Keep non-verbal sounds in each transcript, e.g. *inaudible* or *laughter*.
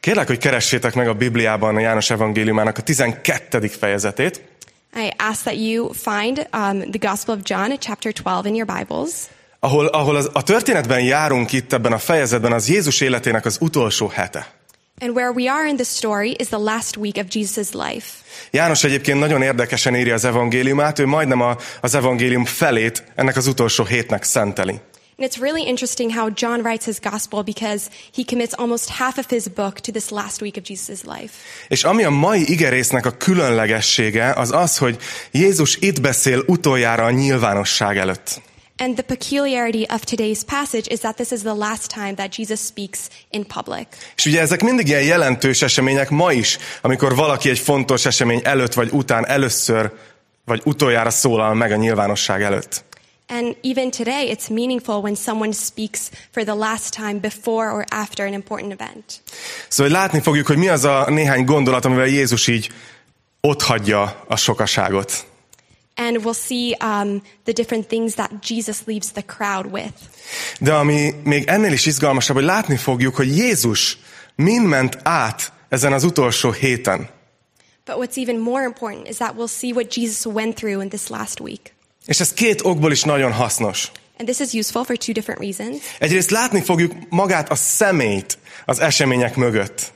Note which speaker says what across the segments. Speaker 1: Kérlek, hogy keressétek meg a Bibliában a János evangéliumának a 12. fejezetét,
Speaker 2: I ask that you find um, the Gospel of John, chapter 12, in your Bibles.
Speaker 1: ahol, ahol az, a történetben járunk itt ebben a fejezetben, az Jézus életének az utolsó hete.
Speaker 2: And where we are in this story is the last week of Jesus' life.
Speaker 1: János egyébként nagyon érdekesen írja az evangéliumát, ő majdnem a, az evangélium felét ennek az utolsó hétnek szenteli.
Speaker 2: And it's really interesting how John writes his Gospel because he commits almost half of his book to this last week of Jesus' life.
Speaker 1: És ami a mai igerésznek a különlegessége, az az, hogy Jézus itt beszél utoljára a nyilvánosság előtt.
Speaker 2: And the peculiarity of today's passage is that this is the last time that Jesus speaks in public.
Speaker 1: És ugye ezek mindig ilyen jelentős események ma is, amikor valaki egy fontos esemény előtt vagy után először vagy utoljára szólal meg a nyilvánosság előtt.
Speaker 2: And even today, it's meaningful when someone speaks for the last time before or after an important event.
Speaker 1: Szóval hogy látni fogjuk, hogy mi az a néhány gondolat, amivel Jézus így ott hagyja a sokaságot.
Speaker 2: And we'll see um, the different things that Jesus leaves the crowd with.
Speaker 1: De ami még ennél is izgalmasabb, hogy látni fogjuk, hogy Jézus mind ment át ezen az utolsó héten.
Speaker 2: But what's even more important is that we'll see what Jesus went through in this last week.
Speaker 1: És ez két okból is nagyon hasznos.
Speaker 2: And this is useful for two different reasons.
Speaker 1: Egyrészt látni fogjuk magát a személyt az események mögött.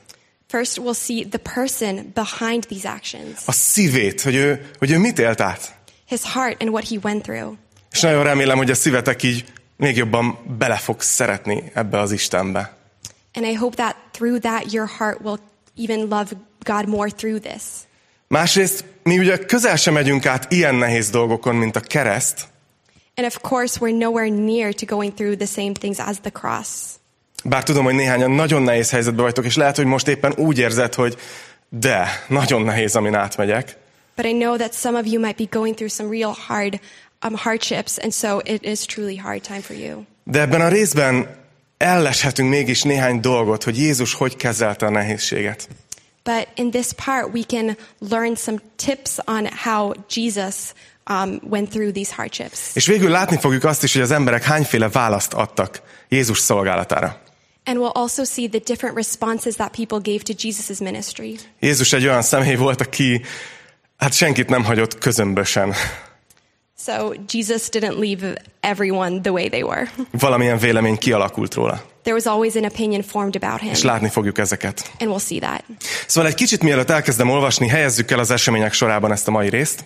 Speaker 2: First, we'll see the person behind these actions,
Speaker 1: A szívét, hogy ő, hogy ő mit élt át.
Speaker 2: his heart, and what he went through.
Speaker 1: És nagyon remélem, hogy a szívetek így még jobban bele fog szeretni ebbe az Istenbe.
Speaker 2: And I hope that through that, your heart will even love God more through this.
Speaker 1: Másrészt mi ugye közel sem megyünk át ilyen nehéz dolgokon, mint a kereszt,
Speaker 2: And of course, we're nowhere near to going through the same things as the cross.
Speaker 1: Bár tudom, hogy néhányan nagyon nehéz helyzetben vagytok, és lehet, hogy most éppen úgy érzed, hogy de, nagyon nehéz, amin átmegyek.
Speaker 2: But I know that some of you might be going through some real hard um, hardships, and so it is truly hard time for you.
Speaker 1: De ebben a részben elleshetünk mégis néhány dolgot, hogy Jézus hogy kezelte a nehézséget.
Speaker 2: But in this part, we can learn some tips on how Jesus um, went through these hardships.
Speaker 1: És végül látni fogjuk azt is, hogy az emberek hányféle választ adtak Jézus szolgálatára.
Speaker 2: And we'll also see the different responses that people gave to Jesus' ministry.
Speaker 1: Jézus egy olyan személy volt, aki hát senkit nem hagyott közömbösen
Speaker 2: So Jesus didn't leave everyone the way they were. *laughs*
Speaker 1: valamilyen vélemény kialakult róla.
Speaker 2: There was always an opinion formed about
Speaker 1: És
Speaker 2: him,
Speaker 1: látni fogjuk ezeket.
Speaker 2: and we'll see that.
Speaker 1: Szóval egy kicsit mielőtt elkezdem olvasni, helyezzük el az események sorában ezt a mai részt.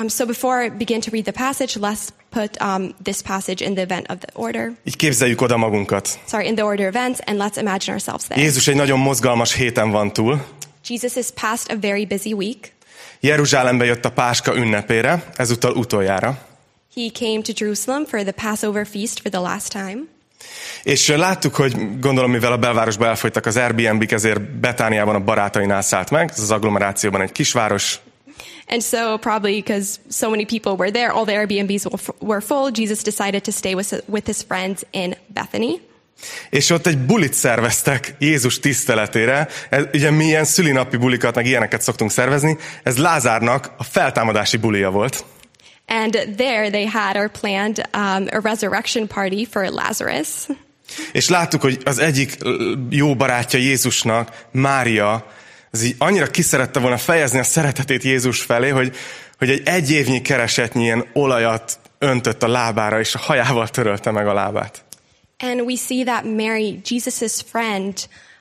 Speaker 2: Um, so before I begin to read the passage, let's put um, this passage in the event of the order.
Speaker 1: Így képzeljük oda magunkat.
Speaker 2: Sorry, in the order of events, and let's imagine ourselves there.
Speaker 1: Jézus egy nagyon mozgalmas héten van túl.
Speaker 2: Jesus has passed a very busy week.
Speaker 1: Jeruzsálembe jött a Páska ünnepére, ezúttal utoljára.
Speaker 2: He came to Jerusalem for the Passover feast for the last time.
Speaker 1: És láttuk, hogy gondolom, mivel a belvárosba elfogytak az Airbnb-k, ezért Betániában a barátainál szállt meg, ez az agglomerációban egy kisváros.
Speaker 2: And so, probably because so many people were there, all the Airbnbs were- were full, Jesus decided to stay with, with his friends in Bethany.
Speaker 1: És ott egy bulit szerveztek Jézus tiszteletére. Ez, ugye mi ilyen szülinapi bulikat, meg ilyeneket szoktunk szervezni. Ez Lázárnak a feltámadási bulija volt.
Speaker 2: And there they had or planned um, a resurrection party for Lazarus.
Speaker 1: És láttuk, hogy az egyik ö, jó barátja Jézusnak, Mária, az így annyira kiszerette volna fejezni a szeretetét Jézus felé, hogy, hogy egy egy évnyi keresetnyi ilyen olajat öntött a lábára, és a hajával törölte meg a lábát.
Speaker 2: And we see that Mary, Jesus' friend,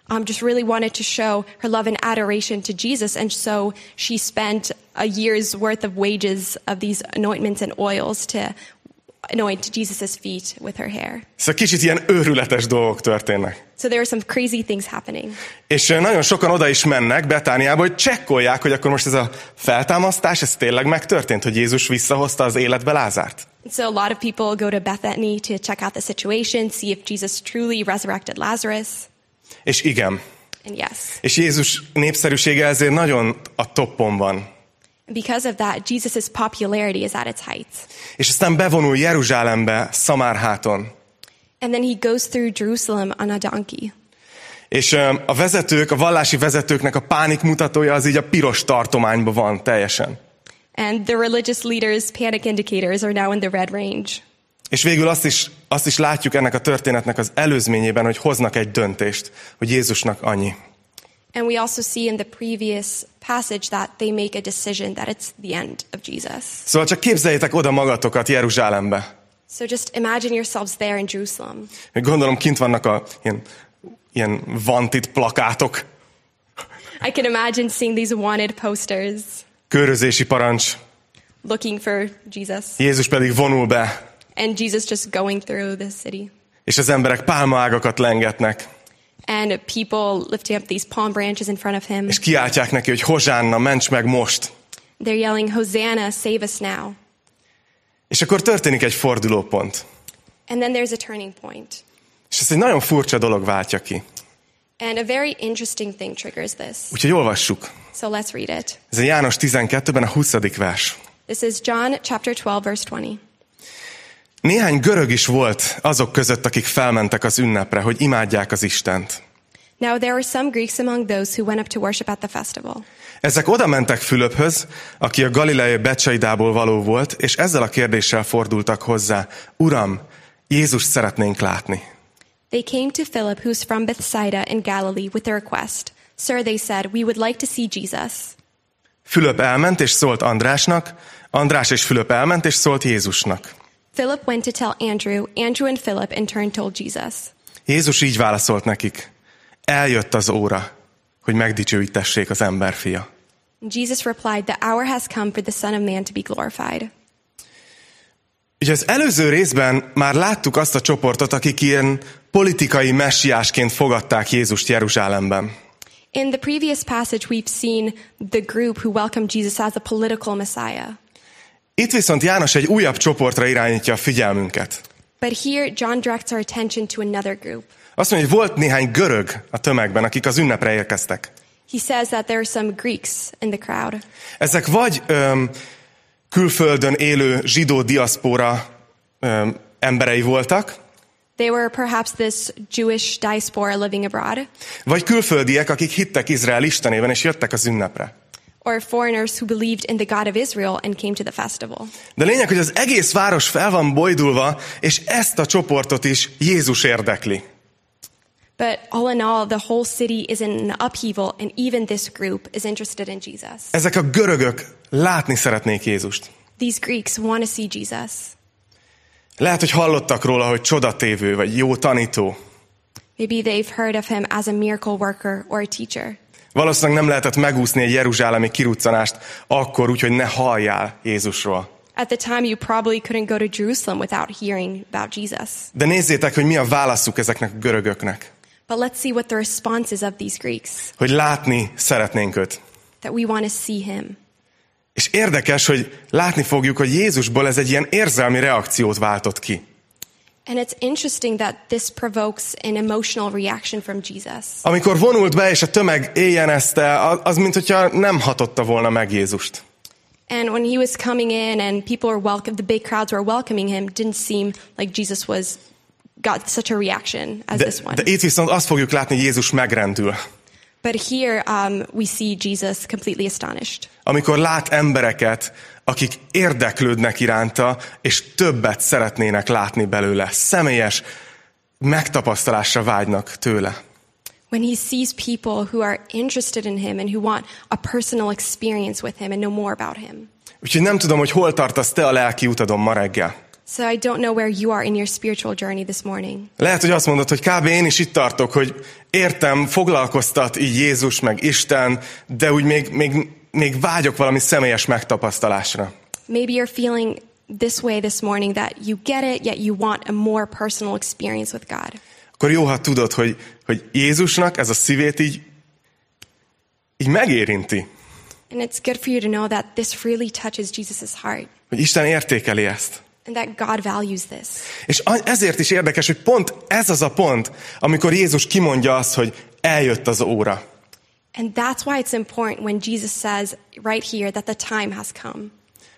Speaker 2: um, just really wanted to show her love and adoration to Jesus. And so she spent a year's worth of wages of these anointments and oils to anoint Jesus' feet with her hair.
Speaker 1: Szóval kicsit ilyen őrületes dolgok történnek.
Speaker 2: So there were some crazy things happening.
Speaker 1: És ö, nagyon sokan oda is mennek Betániába, hogy csekkolják, hogy akkor most ez a feltámasztás, ez tényleg megtörtént, hogy Jézus visszahozta az életbe Lázárt.
Speaker 2: And So a lot of people go to Bethany to check out the situation, see if Jesus truly resurrected Lazarus.
Speaker 1: És igen.
Speaker 2: And yes,
Speaker 1: És Jézus népszerűsége ezért nagyon a toppon van.
Speaker 2: because of that, Jesus' popularity is at its height.
Speaker 1: És aztán bevonul Jeruzsálembe, Szamárháton.
Speaker 2: And then he goes through Jerusalem on a donkey.
Speaker 1: És ö, a vezetők, a vallási vezetőknek a pánik mutatója az így a piros tartományban van teljesen.
Speaker 2: And the religious leaders' panic indicators are now in the red range.
Speaker 1: És végül azt is, azt is látjuk ennek a történetnek az előzményében, hogy hoznak egy döntést, hogy Jézusnak annyi.
Speaker 2: And we also see in the previous passage that they make a decision that it's the end of Jesus.
Speaker 1: Szóval csak képzeljétek oda magatokat Jeruzsálembe.
Speaker 2: So just imagine yourselves there in Jerusalem.
Speaker 1: Gondolom kint vannak a ilyen, ilyen vantit plakátok,
Speaker 2: I can imagine seeing these wanted posters
Speaker 1: körözési parancs.
Speaker 2: looking for Jesus,
Speaker 1: Jézus pedig vonul be,
Speaker 2: and Jesus just going through the city,
Speaker 1: és az emberek pálmaágakat lengetnek,
Speaker 2: and people lifting up these palm branches in front of him.
Speaker 1: és kiáltják neki, hogy Hozsánna, ments meg most.
Speaker 2: They're yelling, Hosanna, save us now.
Speaker 1: És akkor történik egy fordulópont.
Speaker 2: And then there's a turning point.
Speaker 1: És ezt egy nagyon furcsa dolog váltja ki.
Speaker 2: And a very interesting thing triggers this.
Speaker 1: Úgyhogy olvassuk.
Speaker 2: So let's read it.
Speaker 1: Ez a János 12-ben a 20. vers.
Speaker 2: This is John chapter 12, verse 20.
Speaker 1: Néhány görög is volt azok között, akik felmentek az ünnepre, hogy imádják az Istent.
Speaker 2: Now there were some Greeks among those who went up to worship at the festival.
Speaker 1: Ezek oda mentek Fülöphöz, aki a Galileai Becsaidából való volt, és ezzel a kérdéssel fordultak hozzá. Uram, Jézus szeretnénk látni.
Speaker 2: They came to Philip, who's from Bethsaida in Galilee, with the request. Sir, they said, we would like to see Jesus.
Speaker 1: Fülöp elment és szólt Andrásnak, András és Fülöp elment és szólt Jézusnak.
Speaker 2: Philip went to tell Andrew. Andrew and Philip in turn told Jesus.
Speaker 1: Jézus így válaszolt nekik. Eljött az óra, hogy megdicsőítessék az emberfia.
Speaker 2: Jesus replied, The hour has come for the Son of Man to be glorified.
Speaker 1: Ugye az előző részben már láttuk azt a csoportot, akik ilyen politikai messiásként fogadták Jézust Jeruzsálemben.
Speaker 2: In the previous passage, we've seen the group who welcomed Jesus as a political Messiah.
Speaker 1: Itt viszont János egy újabb csoportra irányítja a figyelmünket.
Speaker 2: But here, John directs our attention to another group.
Speaker 1: Azt mondja, hogy volt néhány görög a tömegben, akik az ünnepre érkeztek.
Speaker 2: He says that there are some Greeks in the crowd.
Speaker 1: Ezek vagy öm, külföldön élő zsidó diaszpora öm, emberei voltak,
Speaker 2: They were perhaps this Jewish diaspora living abroad,
Speaker 1: vagy külföldiek, akik hittek Izrael istenében és jöttek az ünnepre.
Speaker 2: or foreigners who believed in the God of Israel and came to the festival.
Speaker 1: De lényeg, hogy az egész város fel van bojdulva, és ezt a csoportot is Jézus érdekli.
Speaker 2: But all in all, the whole city is in an upheaval, and even this group is interested in Jesus.
Speaker 1: Ezek a görögök látni szeretnék Jézust.
Speaker 2: These Greeks want to see Jesus.
Speaker 1: Lehet, hogy hallottak róla, hogy csodatévő, vagy jó tanító.
Speaker 2: Maybe they've heard of him as a miracle worker or a teacher.
Speaker 1: Valószínűleg nem lehetett megúszni egy jeruzsálemi kiruccanást akkor úgy, hogy ne halljál Jézusról.
Speaker 2: At the time, you probably couldn't go to Jerusalem without hearing about Jesus.
Speaker 1: De nézzétek, hogy mi a válaszuk ezeknek a görögöknek.
Speaker 2: But let's see what the response is of these Greeks
Speaker 1: Hogy látni szeretnénk őt.
Speaker 2: that we want to see him.
Speaker 1: És érdekes, hogy látni fogjuk, hogy Jézusból ez egy ilyen érzelmi reakciót váltott ki.
Speaker 2: And it's interesting that this provokes an emotional reaction from Jesus.
Speaker 1: Amikor vonult be, és a tömeg éjjenezte, az, az mint hogyha nem hatotta volna meg Jézust.
Speaker 2: And when he was coming in and people were welcome, the big crowds were welcoming him, didn't seem like Jesus was got such a reaction as
Speaker 1: De,
Speaker 2: this one.
Speaker 1: de itt viszont azt fogjuk látni, hogy Jézus megrendül.
Speaker 2: But here um, we see Jesus completely astonished.
Speaker 1: Amikor lát embereket, akik érdeklődnek iránta, és többet szeretnének látni belőle. Személyes megtapasztalásra vágynak tőle.
Speaker 2: When he sees people who are interested in him and who want a personal experience with him and know more about him.
Speaker 1: Úgyhogy nem tudom, hogy hol tartasz te a lelki utadon ma reggel.
Speaker 2: So I don't know where you are in your spiritual journey this morning.
Speaker 1: Lehet, hogy azt mondod, hogy kb. én is itt tartok, hogy értem, foglalkoztat így Jézus, meg Isten, de úgy még, még, még vágyok valami személyes megtapasztalásra.
Speaker 2: Maybe you're feeling this way this morning that you get it, yet you want a more personal experience with God.
Speaker 1: Akkor jó, ha tudod, hogy, hogy Jézusnak ez a szívét így, így megérinti.
Speaker 2: And it's good for you to know that this really touches Jesus' heart
Speaker 1: Hogy Isten értékeli ezt.
Speaker 2: and that God values this.
Speaker 1: És a- ezért is érdekes, hogy pont ez az a pont, amikor Jézus kimondja azt, hogy eljött az óra.
Speaker 2: And that's why it's important when Jesus says right here that the time has come.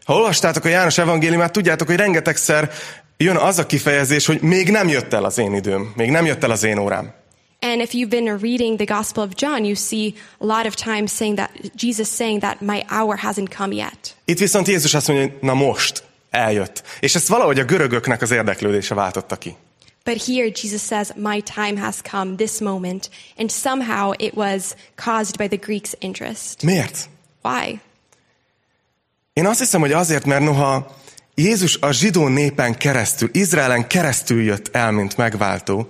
Speaker 1: Ha olvastátok a János evangéliumát, tudjátok, hogy rengetegszer jön az a kifejezés, hogy még nem jött el az én időm, még nem jött el az én órám.
Speaker 2: And if you've been reading the Gospel of John, you see a lot of times saying that Jesus saying that my hour hasn't come yet.
Speaker 1: Itt viszont Jézus azt mondja, hogy na most, eljött. És ezt valahogy a görögöknek az érdeklődése váltotta ki.
Speaker 2: But here Jesus says, My time has come, this moment. And somehow it was caused by the Greeks' interest.
Speaker 1: Miért?
Speaker 2: Why?
Speaker 1: Én azt hiszem, hogy azért, mert noha Jézus a zsidó népen keresztül, Izraelen keresztül jött el, mint megváltó,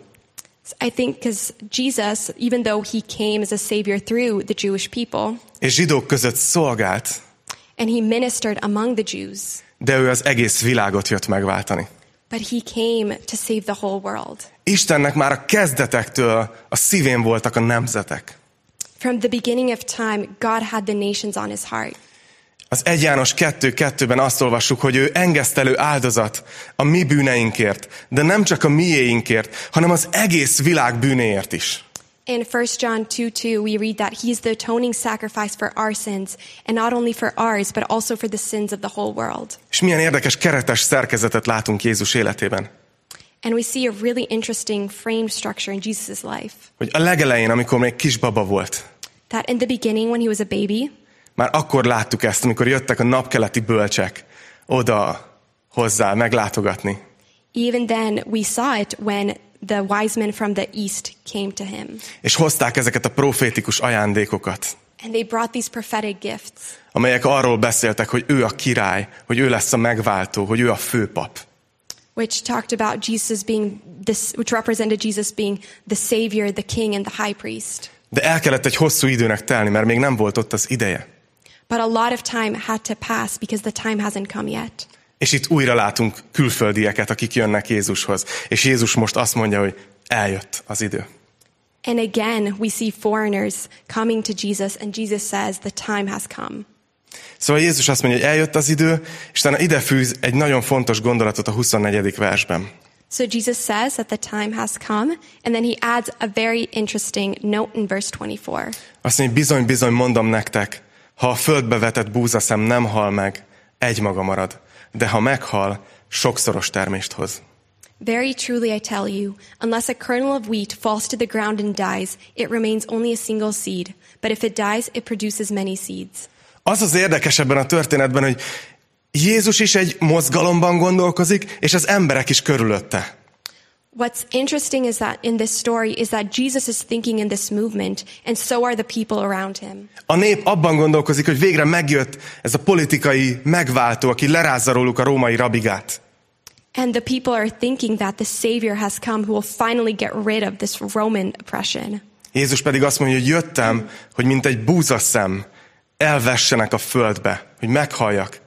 Speaker 2: I think because Jesus, even though he came as a savior through the Jewish people,
Speaker 1: és zsidók között szolgált,
Speaker 2: and he ministered among the Jews,
Speaker 1: de ő az egész világot jött megváltani.
Speaker 2: but he came to save the whole world.
Speaker 1: Istennek már a kezdetektől a szívén voltak a nemzetek.
Speaker 2: From the beginning of time, God had the nations on his heart.
Speaker 1: Az 1 János 2.2-ben azt olvassuk, hogy ő engesztelő áldozat a mi bűneinkért, de nem csak a miéinkért, hanem az egész világ bűnéért is.
Speaker 2: In 1 John 2 2, we read that he's the atoning sacrifice for our sins, and not only for ours, but also for the sins of the whole world.
Speaker 1: És milyen érdekes keretes szerkezetet látunk Jézus életében.
Speaker 2: And we see a really interesting frame structure in Jesus' life.
Speaker 1: Hogy a legelején, amikor még kisbaba volt,
Speaker 2: That in the beginning, when he was a baby,
Speaker 1: már akkor láttuk ezt, amikor jöttek a napkeleti bölcsek oda hozzá meglátogatni.
Speaker 2: even then, we saw it when the wise men from the east came to him.
Speaker 1: És hozták ezeket a profétikus ajándékokat,
Speaker 2: And they brought these prophetic gifts
Speaker 1: amelyek arról beszéltek, hogy ő a király, hogy ő lesz a megváltó, hogy ő a főpap.
Speaker 2: which talked about Jesus being this, which represented Jesus being the Savior, the King, and the High Priest.
Speaker 1: De el kellett egy hosszú időnek telni, mert még nem volt ott az ideje.
Speaker 2: But a lot of time had to pass because the time hasn't come yet.
Speaker 1: És itt újra látunk külföldieket, akik jönnek Jézushoz. És Jézus most azt mondja, hogy eljött az idő.
Speaker 2: And again, we see foreigners coming to Jesus, and Jesus says, The time has come.
Speaker 1: Szóval Jézus azt mondja, hogy eljött az idő, és utána ide fűz egy nagyon fontos gondolatot a 24. versben.
Speaker 2: So Jesus says that the time has come, and then he adds a very interesting note in verse 24.
Speaker 1: Azt mondja, bizony-bizony mondom nektek, ha a földbe vetett búzaszem nem hal meg, egymaga marad, de ha meghal, sokszoros termést hoz.
Speaker 2: Very truly I tell you, unless a kernel of wheat falls to the ground and dies, it remains only a single seed. But if it dies, it produces many seeds.
Speaker 1: Az az érdekes ebben a történetben, hogy Jézus is egy mozgalomban gondolkozik, és az emberek is körülötte.
Speaker 2: What's interesting is that in this story is that Jesus is thinking in this movement, and so are the people around him.
Speaker 1: A nép abban gondolkozik, hogy végre megjött ez a politikai megváltó, aki lerázza róluk a római rabigát.
Speaker 2: And the people are thinking that the Savior has come who will finally get rid of this Roman oppression.
Speaker 1: Jézus pedig azt mondja, hogy jöttem, hogy mint egy búzaszem elvessenek a földbe, hogy meghalljak.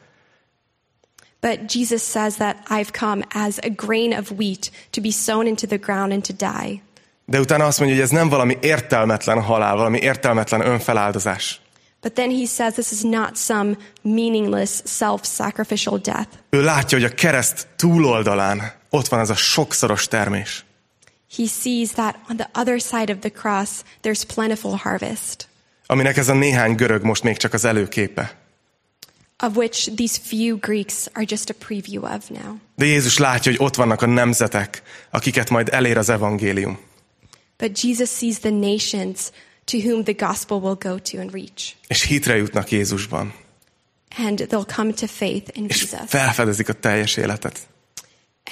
Speaker 2: But Jesus says that I've come as a grain of wheat to be sown into the ground and to die.
Speaker 1: De utána azt mondja, hogy ez nem valami értelmetlen halál, valami értelmetlen önfeláldozás.
Speaker 2: But then he says this is not some meaningless self sacrificial death.
Speaker 1: Ő látja, hogy a kereszt túloldalán ott van az a sokszoros termés.
Speaker 2: He sees that on the other side of the cross, there's plentiful harvest,
Speaker 1: aminek ez a néhány görög most még csak az előképe.
Speaker 2: of which these few Greeks are just a preview of now.
Speaker 1: De Jézus látja, hogy ott vannak a nemzetek, akiket majd elér az evangélium.
Speaker 2: But Jesus sees the nations to whom the gospel will go to and reach.
Speaker 1: És hitre jutnak Jézusban.
Speaker 2: And they'll come to faith in
Speaker 1: És
Speaker 2: Jesus.
Speaker 1: felfedezik a teljes életet.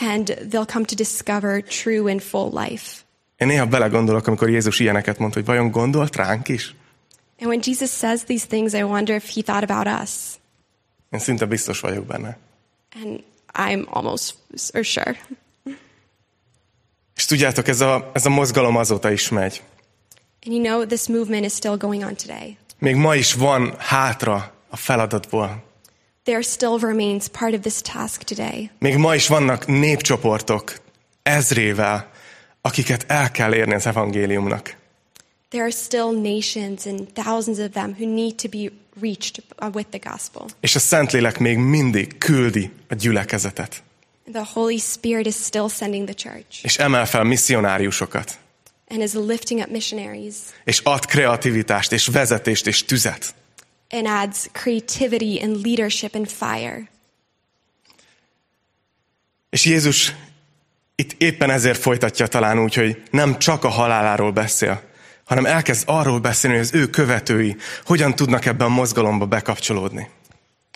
Speaker 2: And they'll come to discover true and full life.
Speaker 1: Én néha belegondolok, amikor Jézus ilyeneket mond, hogy vajon gondolt ránk is?
Speaker 2: And when Jesus says these things, I wonder if he thought about us.
Speaker 1: Én szinte biztos vagyok benne.
Speaker 2: And I'm almost s- or sure.
Speaker 1: És tudjátok, ez a, ez a mozgalom azóta is megy.
Speaker 2: And you know, this movement is still going on today.
Speaker 1: Még ma is van hátra a feladatból.
Speaker 2: There still remains part of this task today.
Speaker 1: Még ma is vannak népcsoportok ezrével, akiket el kell érni az evangéliumnak.
Speaker 2: There are still nations and thousands of them who need to be reached uh, with the gospel.
Speaker 1: És a Szentlélek még mindig küldi a gyülekezetet.
Speaker 2: The Holy Spirit is still sending the church
Speaker 1: És emel fel misszionáriusokat.
Speaker 2: and is lifting up missionaries
Speaker 1: És ad kreativitást, és vezetést, és tüzet.
Speaker 2: and adds creativity and leadership and fire.
Speaker 1: És Jézus itt éppen ezért folytatja talán úgy, hogy nem csak a haláláról beszél, hanem elkezd arról beszélni, hogy az ő követői hogyan tudnak ebben a mozgalomba bekapcsolódni.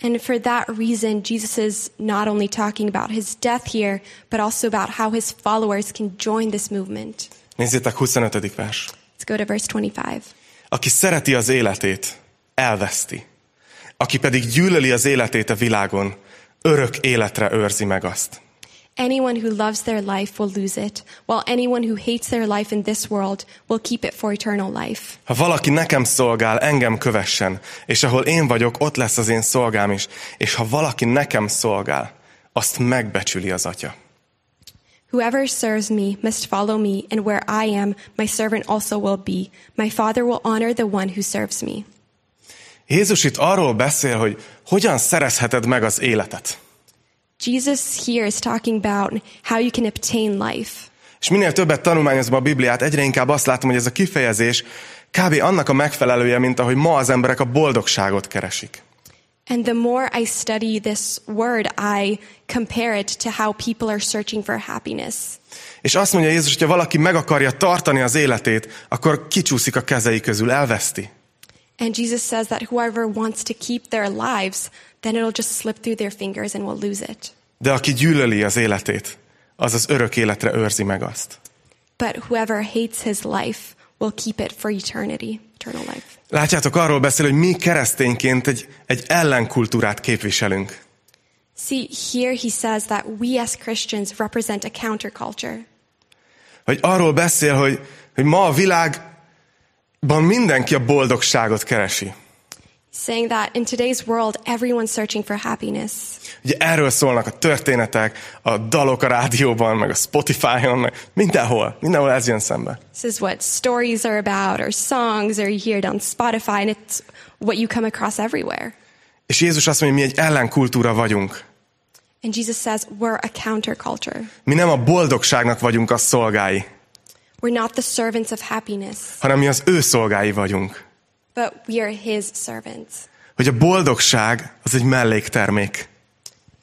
Speaker 2: And for that reason, Jesus is not only talking about his death here, but also about how his followers can join this movement.
Speaker 1: Nézzétek, 25. vers.
Speaker 2: Let's go to verse 25.
Speaker 1: Aki szereti az életét, elveszti. Aki pedig gyűlöli az életét a világon, örök életre őrzi meg azt.
Speaker 2: Anyone who loves their life will lose it, while anyone who hates their life in this world will keep it for eternal life.
Speaker 1: Ha valaki nekem szolgál, engem kövessen, és ahol én vagyok, ott lesz az én szolgám is, és ha valaki nekem szolgál, azt megbecsüli az atya.
Speaker 2: Whoever serves me must follow me, and where I am, my servant also will be. My Father will honor the one who serves me.
Speaker 1: Jézus itt arról beszél, hogy hogyan szerezheted meg az életet.
Speaker 2: Jesus here is talking about how you can obtain life.
Speaker 1: És minél többet tanulmányozom a Bibliát, egyre inkább azt látom, hogy ez a kifejezés kb. annak a megfelelője, mint ahogy ma az emberek a boldogságot keresik.
Speaker 2: And the more I study this word, I compare it to how people are searching for happiness.
Speaker 1: És azt mondja Jézus, hogy ha valaki meg akarja tartani az életét, akkor kicsúszik a kezei közül, elveszti.
Speaker 2: And Jesus says that whoever wants to keep their lives, then it'll just slip through their fingers and will lose it.
Speaker 1: De aki gyűlöli az életét, az az örök életre őrzi meg azt.
Speaker 2: But whoever hates his life will keep it for eternity, eternal life.
Speaker 1: Látjátok, arról beszél, hogy mi keresztényként egy, egy ellenkultúrát képviselünk.
Speaker 2: See, here he says that we as Christians represent a counterculture.
Speaker 1: Hogy arról beszél, hogy, hogy ma a világban mindenki a boldogságot keresi.
Speaker 2: saying that in today's world, everyone's searching for happiness.
Speaker 1: Ugye erről szólnak a történetek, a dalok a rádióban, meg a Spotify-on, meg mindenhol, mindenhol ez jön szembe.
Speaker 2: This is what stories are about, or songs, or you hear it on Spotify, and it's what you come across everywhere.
Speaker 1: És Jézus azt mondja, hogy mi egy ellenkultúra vagyunk.
Speaker 2: And Jesus says, we're a counterculture.
Speaker 1: Mi nem a boldogságnak vagyunk a szolgái,
Speaker 2: We're not the servants of happiness,
Speaker 1: hanem mi az ő szolgái vagyunk.
Speaker 2: but we are his servants.
Speaker 1: Hogy a boldogság az egy melléktermék.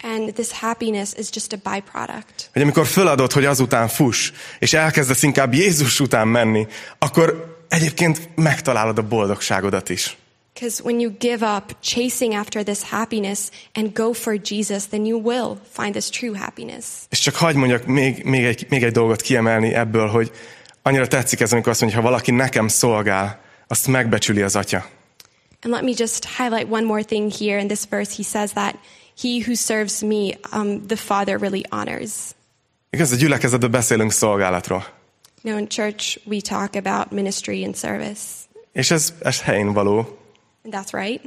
Speaker 2: And this happiness is just a byproduct.
Speaker 1: Hogy amikor föladod, hogy azután fuss, és elkezdesz inkább Jézus után menni, akkor egyébként megtalálod a boldogságodat is.
Speaker 2: Because when you give up chasing after this happiness and go for Jesus, then you will find this true happiness.
Speaker 1: És csak hagyd mondjak még, még, egy, még egy dolgot kiemelni ebből, hogy annyira tetszik ez, amikor azt mondja, hogy ha valaki nekem szolgál, azt megbecsüli az atya.
Speaker 2: And let me just highlight one more thing here in this verse. He says that he who serves me, um, the Father really honors.
Speaker 1: Igaz, a gyülekezetben beszélünk szolgálatról.
Speaker 2: You know, in church, we talk about ministry and service,
Speaker 1: És ez, ez helyén való.
Speaker 2: and that's right.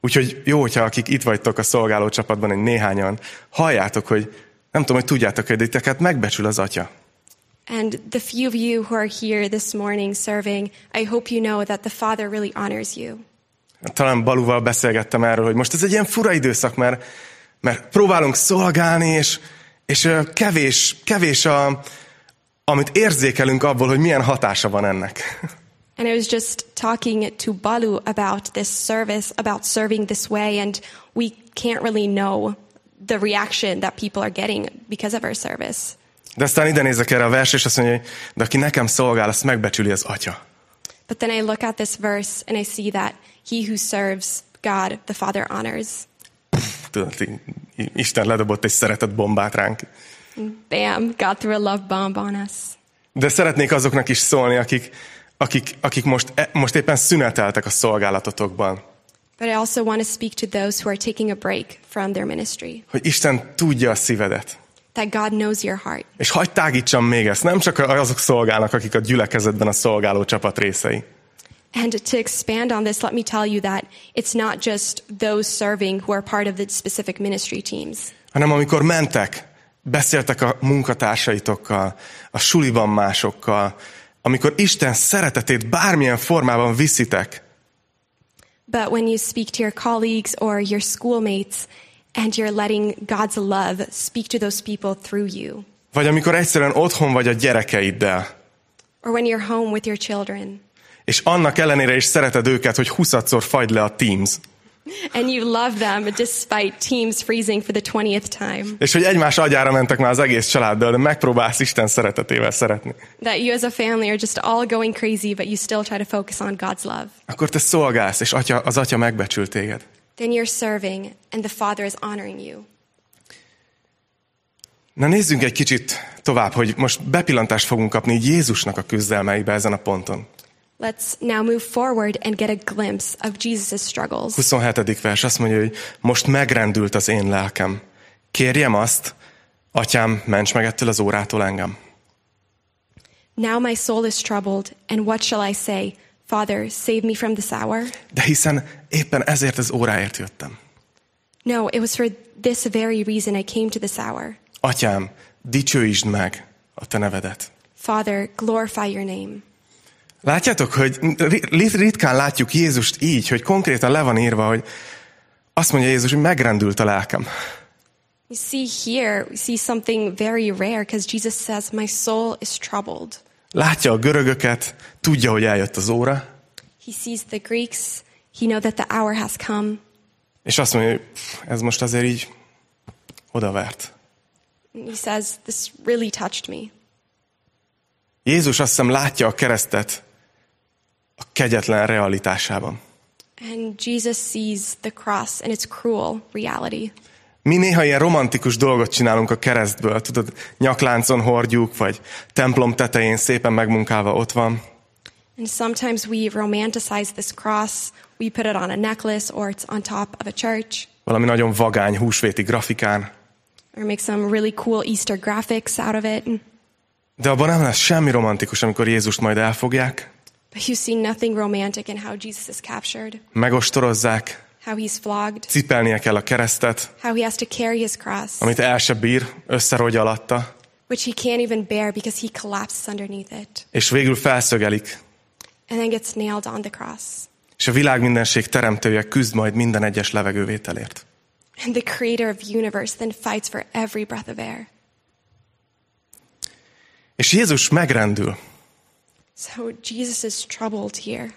Speaker 1: Úgyhogy jó, hogyha akik itt vagytok a szolgáló csapatban egy néhányan, halljátok, hogy nem tudom, hogy tudjátok, hogy de titeket megbecsül az atya.
Speaker 2: And the few of you who are here this morning serving, I hope you know that the Father really honors you.
Speaker 1: Talán Balúval beszélgettem erről, hogy most ez egy ilyen fura időszak, mert, mert próbálunk szolgálni, és, és ö, kevés, kevés a, amit érzékelünk abból, hogy milyen hatása van ennek.
Speaker 2: And I was just talking to Balu about this service, about serving this way, and we can't really know the reaction that people are getting because of our service.
Speaker 1: De aztán ide nézek erre a vers, és azt mondja, hogy de aki nekem szolgál, azt megbecsüli az atya.
Speaker 2: But then I look at this verse and I see that he who serves God, the Father honors.
Speaker 1: Tudod, í- í- Isten ledobott egy szeretett bombát ránk.
Speaker 2: Bam, God threw a love bomb on us.
Speaker 1: De szeretnék azoknak is szólni, akik, akik, akik most, e- most éppen szüneteltek a szolgálatotokban.
Speaker 2: But I also want to speak to those who are taking a break from their ministry,
Speaker 1: Hogy Isten tudja a szívedet.
Speaker 2: that God knows your heart.
Speaker 1: És hagyd tágítsam még ezt, nem csak azok szolgálnak, akik a gyülekezetben a szolgáló csapat részei.
Speaker 2: And to expand on this, let me tell you that it's not just those serving who are part of the specific ministry teams,
Speaker 1: Hanem amikor mentek, beszéltek a munkatársaitokkal, a suliban másokkal, amikor Isten szeretetét bármilyen formában viszitek,
Speaker 2: but when you speak to your colleagues or your schoolmates and you're letting God's love speak to those people through you,
Speaker 1: vagy amikor egyszerűen otthon vagy a gyerekeiddel,
Speaker 2: or when you're home with your children.
Speaker 1: és annak ellenére is szereted őket, hogy huszadszor fagy le a Teams,
Speaker 2: and you love them despite teams freezing for the 20th time.
Speaker 1: és hogy egymás agyára mentek már az egész családdal, de megpróbálsz Isten szeretetével szeretni,
Speaker 2: That you as a family are just all going crazy, but you still try to focus on God's love.
Speaker 1: akkor te szolgálsz, és atya, az atya megbecsül téged.
Speaker 2: then you're serving and the Father is honoring you.
Speaker 1: Na nézzünk egy kicsit tovább, hogy most bepillantást fogunk kapni így Jézusnak a küzdelmeibe ezen a ponton.
Speaker 2: Let's now move forward and get a glimpse of Jesus' struggles.
Speaker 1: 27. vers azt mondja, hogy most megrendült az én lelkem. Kérjem azt, atyám, ments meg ettől az órától engem.
Speaker 2: Now my soul is troubled, and what shall I say? Father, save me from this hour?
Speaker 1: De hiszen éppen ezért az óráért jöttem.
Speaker 2: No, it was for this very reason I came to this hour.
Speaker 1: Atyám, dicsőítsd meg a te nevedet.
Speaker 2: Father, glorify your name.
Speaker 1: Látjátok, hogy ri- rit- ritkán látjuk Jézust így, hogy konkrétan le van írva, hogy azt mondja Jézus, hogy megrendült a lelkem.
Speaker 2: You see here, we see something very rare because Jesus says, My soul is troubled.
Speaker 1: Látja a görögöket, tudja, hogy eljött az óra,
Speaker 2: He sees the Greeks, he know that the hour has come.
Speaker 1: és azt mondja, hogy "Pff, ez most azért így odavert.
Speaker 2: And he says, This really touched me.
Speaker 1: Jézus azt hiszem látja a keresztet a kegyetlen realitásában.
Speaker 2: And Jesus sees the cross and its cruel reality.
Speaker 1: Mi néha ilyen romantikus dolgot csinálunk a keresztből, tudod, nyakláncon hordjuk, vagy templom tetején szépen megmunkálva ott van.
Speaker 2: And sometimes we romanticize this cross. We put it on a necklace or it's on top of a church
Speaker 1: Valami nagyon vagány húsvéti grafikán.
Speaker 2: or make some really cool Easter graphics out of it.
Speaker 1: De abban nem lesz semmi romantikus, amikor Jézust majd elfogják,
Speaker 2: But you see nothing romantic in how Jesus is captured,
Speaker 1: megostorozzák,
Speaker 2: how he's flogged,
Speaker 1: cipelnie kell a keresztet,
Speaker 2: how he has to carry his cross,
Speaker 1: amit el se bír, összerogy alatta,
Speaker 2: which he can't even bear because he collapses underneath it
Speaker 1: és végül felszögelik,
Speaker 2: and then gets nailed on the cross.
Speaker 1: és a világ mindenség teremtője küzd majd minden egyes levegővételért.
Speaker 2: And the creator of universe then fights for every breath of air.
Speaker 1: És Jézus megrendül,
Speaker 2: So Jesus is troubled here.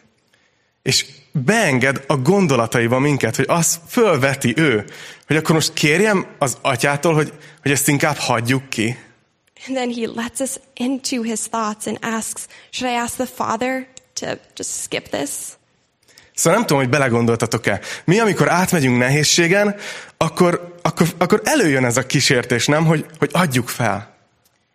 Speaker 1: és beenged a gondolataiba minket, hogy azt fölveti ő, hogy akkor most kérjem az atyától, hogy, hogy ezt inkább hagyjuk ki.
Speaker 2: And then he lets us into his thoughts and asks, Should I ask the Father to just skip this?
Speaker 1: Szóval nem tudom, hogy belegondoltatok-e. Mi, amikor átmegyünk nehézségen, akkor, akkor, akkor előjön ez a kísértés, nem? Hogy, hogy adjuk fel.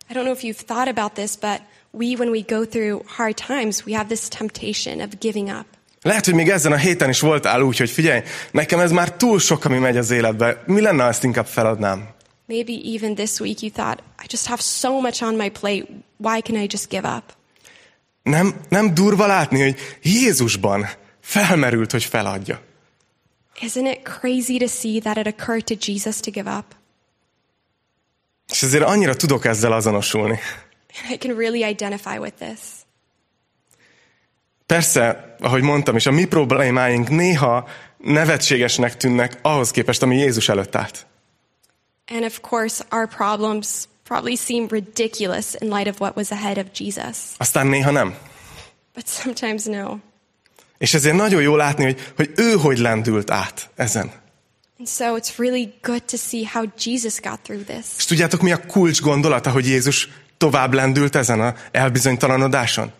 Speaker 2: I don't know if you've thought about this, but we, when we go through hard times, we have this temptation of giving up.
Speaker 1: Lehet, hogy még ezen a héten is voltál úgy, hogy figyelj, nekem ez már túl sok, ami megy az életbe. Mi lenne, ha ezt inkább feladnám?
Speaker 2: Maybe even this week you thought, I just have so much on my plate. Why can I just give up?
Speaker 1: Nem, nem durva látni, hogy Jézusban felmerült, hogy feladja.
Speaker 2: Isn't it crazy to see that it occurred to Jesus to give up?
Speaker 1: És ezért annyira tudok ezzel azonosulni.
Speaker 2: And I can really identify with this.
Speaker 1: Persze, ahogy mondtam is, a mi problémáink néha nevetségesnek tűnnek ahhoz képest, ami Jézus előtt állt.
Speaker 2: And of course, our problems probably seem ridiculous in light of what was ahead of Jesus.
Speaker 1: Aztán néha nem.
Speaker 2: But sometimes, no.
Speaker 1: És ezért nagyon jó látni, hogy, hogy ő hogy lendült át ezen.
Speaker 2: And so it's really good to see how Jesus got through this.
Speaker 1: És tudjátok, mi a kulcs gondolata, hogy Jézus tovább lendült ezen a elbizonytalanodáson?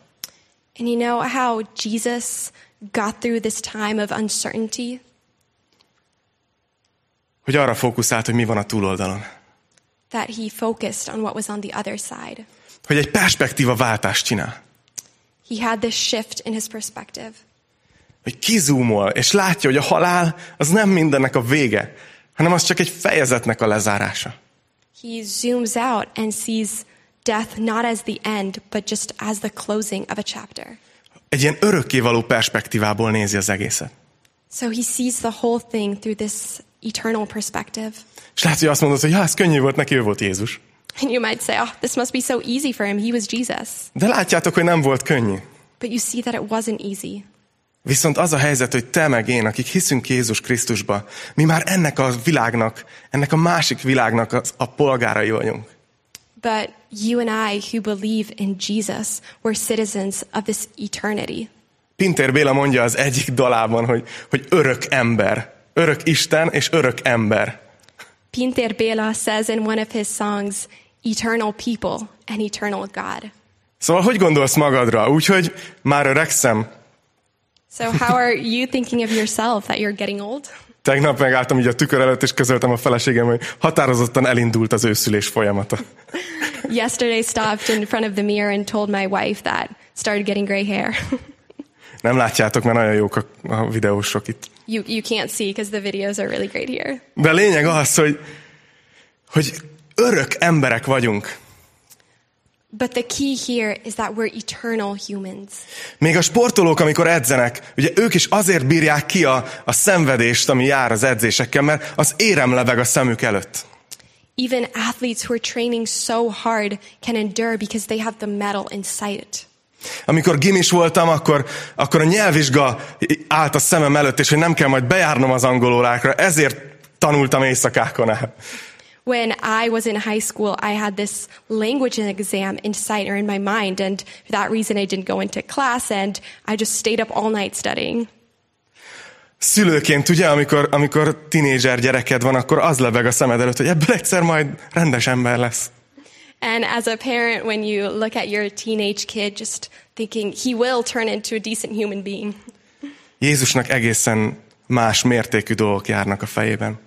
Speaker 2: And you know how Jesus got through this time of uncertainty?
Speaker 1: Hogy arra fókuszált, hogy mi van a túloldalon.
Speaker 2: That he focused on what was on the other side.
Speaker 1: Hogy egy perspektíva váltást csinál.
Speaker 2: He had this shift in his perspective.
Speaker 1: Hogy kizúmol, és látja, hogy a halál az nem mindennek a vége, hanem az csak egy fejezetnek a lezárása.
Speaker 2: He zooms out and sees death not as the end, but just as the closing of a chapter.
Speaker 1: Egy ilyen örökkévaló perspektívából nézi az egészet.
Speaker 2: So he sees the whole thing through this eternal perspective. *laughs*
Speaker 1: És lehet, hogy azt mondod, hogy ja, ez könnyű volt, neki ő volt Jézus.
Speaker 2: And you might say, oh, this must be so easy for him. He was Jesus.
Speaker 1: De látjátok, hogy nem volt könnyű.
Speaker 2: But you see that it wasn't easy.
Speaker 1: Viszont az a helyzet, hogy te meg én, akik hiszünk Jézus Krisztusba, mi már ennek a világnak, ennek a másik világnak az- a polgárai vagyunk.
Speaker 2: But you and I who believe in Jesus, we're citizens of this eternity.
Speaker 1: Pintér Béla mondja az egyik dalában, hogy, hogy örök ember, örök Isten és örök ember.
Speaker 2: Pinter Bela says in one of his songs, eternal people and eternal God.
Speaker 1: Szóval hogy gondolsz magadra? Úgyhogy már öregszem,
Speaker 2: So how are you thinking of yourself that you're getting old?
Speaker 1: Tegnap megálltam így a tükör előtt, és közöltem a feleségem, hogy határozottan elindult az őszülés folyamata.
Speaker 2: Yesterday stopped in front of the mirror and told my wife that started getting gray hair. *laughs*
Speaker 1: Nem látjátok, mert nagyon jók a, a videósok itt.
Speaker 2: you you can't see because the videos are really great here.
Speaker 1: De a lényeg az, hogy, hogy örök emberek vagyunk.
Speaker 2: But the key here is that we're eternal humans.
Speaker 1: Még a sportolók, amikor edzenek, ugye ők is azért bírják ki a, a szenvedést, ami jár az edzésekkel, mert az érem leveg a szemük előtt.
Speaker 2: Even athletes who are training so hard can endure because they have the metal in sight.
Speaker 1: Amikor gimis voltam, akkor, akkor a nyelvvizsga állt a szemem előtt, és hogy nem kell majd bejárnom az angol órákra, ezért tanultam éjszakákon el.
Speaker 2: When I was in high school, I had this language exam in sight or in my mind, and for that reason, I didn't go into class and I just stayed up all night studying.
Speaker 1: Szülőként, ugye, amikor, amikor tinédzser gyereked van, akkor az lebeg a szemed előtt, hogy ebből egyszer majd rendes ember lesz.
Speaker 2: And as a parent, when you look at your teenage kid, just thinking he will turn into a decent human being.
Speaker 1: Jézusnak egészen más mértékű dolgok járnak a fejében.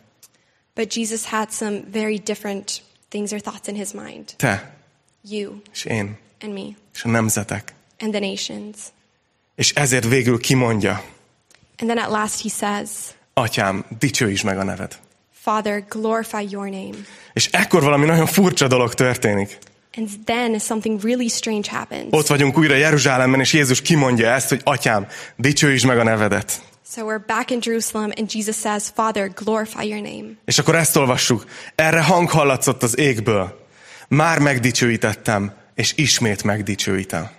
Speaker 2: But Jesus had some very different things or thoughts in his mind
Speaker 1: Te
Speaker 2: you
Speaker 1: és én
Speaker 2: and me
Speaker 1: és a nemzetek.
Speaker 2: and the nations.
Speaker 1: És ezért végül kimondja,
Speaker 2: And then at last he says,
Speaker 1: atyám, dicsőítsd meg a neved.
Speaker 2: Father, glorify your name.
Speaker 1: És ekkor valami nagyon furcsa dolog történik.
Speaker 2: And then something really strange happens.
Speaker 1: Ott vagyunk újra Jeruzsálemben, és Jézus kimondja ezt, hogy atyám, dicsőítsd meg a nevedet.
Speaker 2: So we're back in Jerusalem, and Jesus says, Father, glorify your name.
Speaker 1: És akkor ezt olvassuk. Erre hang hallatszott az égből. Már megdicsőítettem, és ismét megdicsőítem.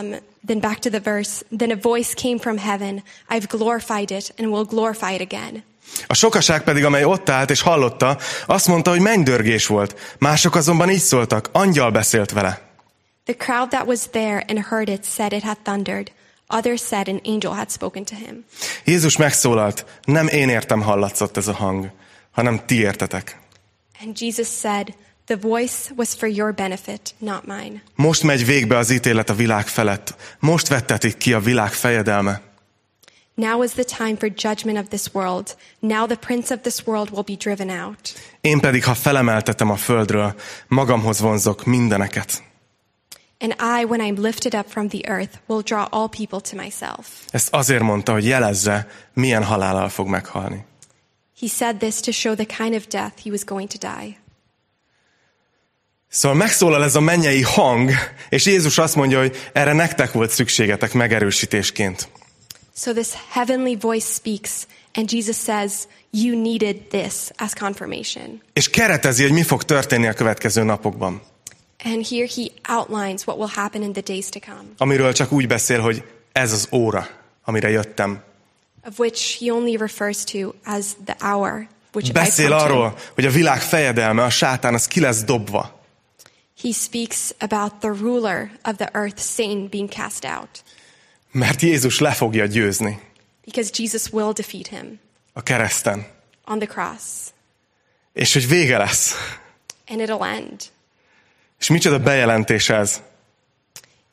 Speaker 2: Um, then back to the verse. Then a voice came from heaven. I've glorified it and will glorify it again.
Speaker 1: A sokaság pedig, amely ott állt és hallotta, azt mondta, hogy mennydörgés volt. Mások azonban így szóltak, angyal beszélt vele.
Speaker 2: The crowd that was there and heard it said it had thundered. Others said an angel had spoken to him.
Speaker 1: Jézus megszólalt, nem én értem hallatszott ez a hang, hanem ti értetek.
Speaker 2: And Jesus said, The voice was for your benefit, not mine.
Speaker 1: Most megy végbe az ítélet a világ felett. Most vettetik ki a világ fejedelme.
Speaker 2: Now is the time for judgment of this world. Now the prince of this world will be driven out.
Speaker 1: Én pedig, ha felemeltetem a földről, magamhoz vonzok mindeneket.
Speaker 2: And I, when I'm lifted up from the earth, will draw all people to myself.
Speaker 1: Ezt azért mondta, hogy jelezze, milyen halállal fog meghalni.
Speaker 2: He said this to show the kind of death he was going to die.
Speaker 1: Szóval megszólal ez a mennyei hang, és Jézus azt mondja, hogy erre nektek volt szükségetek megerősítésként.
Speaker 2: So this heavenly voice speaks, and Jesus says, You needed this as confirmation.
Speaker 1: És keretezi, hogy mi fog történni a következő napokban.
Speaker 2: And here he outlines what will happen in the days to come,
Speaker 1: Amiről csak úgy beszél, hogy ez az óra, amire jöttem.
Speaker 2: of which he only refers to as the hour, which I've
Speaker 1: Beszél
Speaker 2: come to.
Speaker 1: arról, hogy a világ fejedelme, a sátán, az ki lesz dobva.
Speaker 2: He speaks about the ruler of the earth, Satan, being cast out,
Speaker 1: Mert Jézus le fogja győzni
Speaker 2: because Jesus will defeat him
Speaker 1: a kereszten.
Speaker 2: on the cross,
Speaker 1: És hogy vége lesz.
Speaker 2: and it'll end.
Speaker 1: És micsoda bejelentés ez.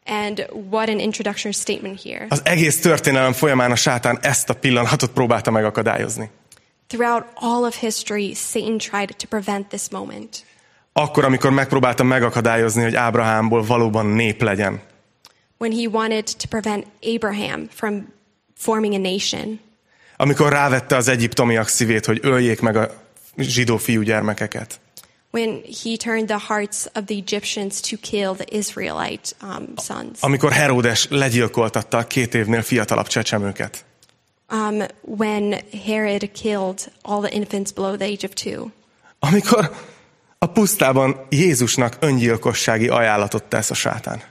Speaker 2: And what an introductory statement here.
Speaker 1: Az egész történelem folyamán a sátán ezt a pillanatot próbálta megakadályozni.
Speaker 2: Throughout all of history, Satan tried to prevent this moment.
Speaker 1: Akkor, amikor megpróbáltam megakadályozni, hogy Ábrahámból valóban nép legyen.
Speaker 2: When he wanted to prevent Abraham from forming a nation,
Speaker 1: Amikor rávette az egyiptomiak szívét, hogy öljék meg a zsidó fiúgyermekeket.
Speaker 2: when he turned the hearts of the Egyptians to kill the Israelite um, sons,
Speaker 1: Amikor Heródes legyilkoltatta a két évnél fiatalabb csecsemőket.
Speaker 2: um, when Herod killed all the infants below the age of two.
Speaker 1: Amikor a pusztában Jézusnak öngyilkossági ajánlatot tesz a sátán.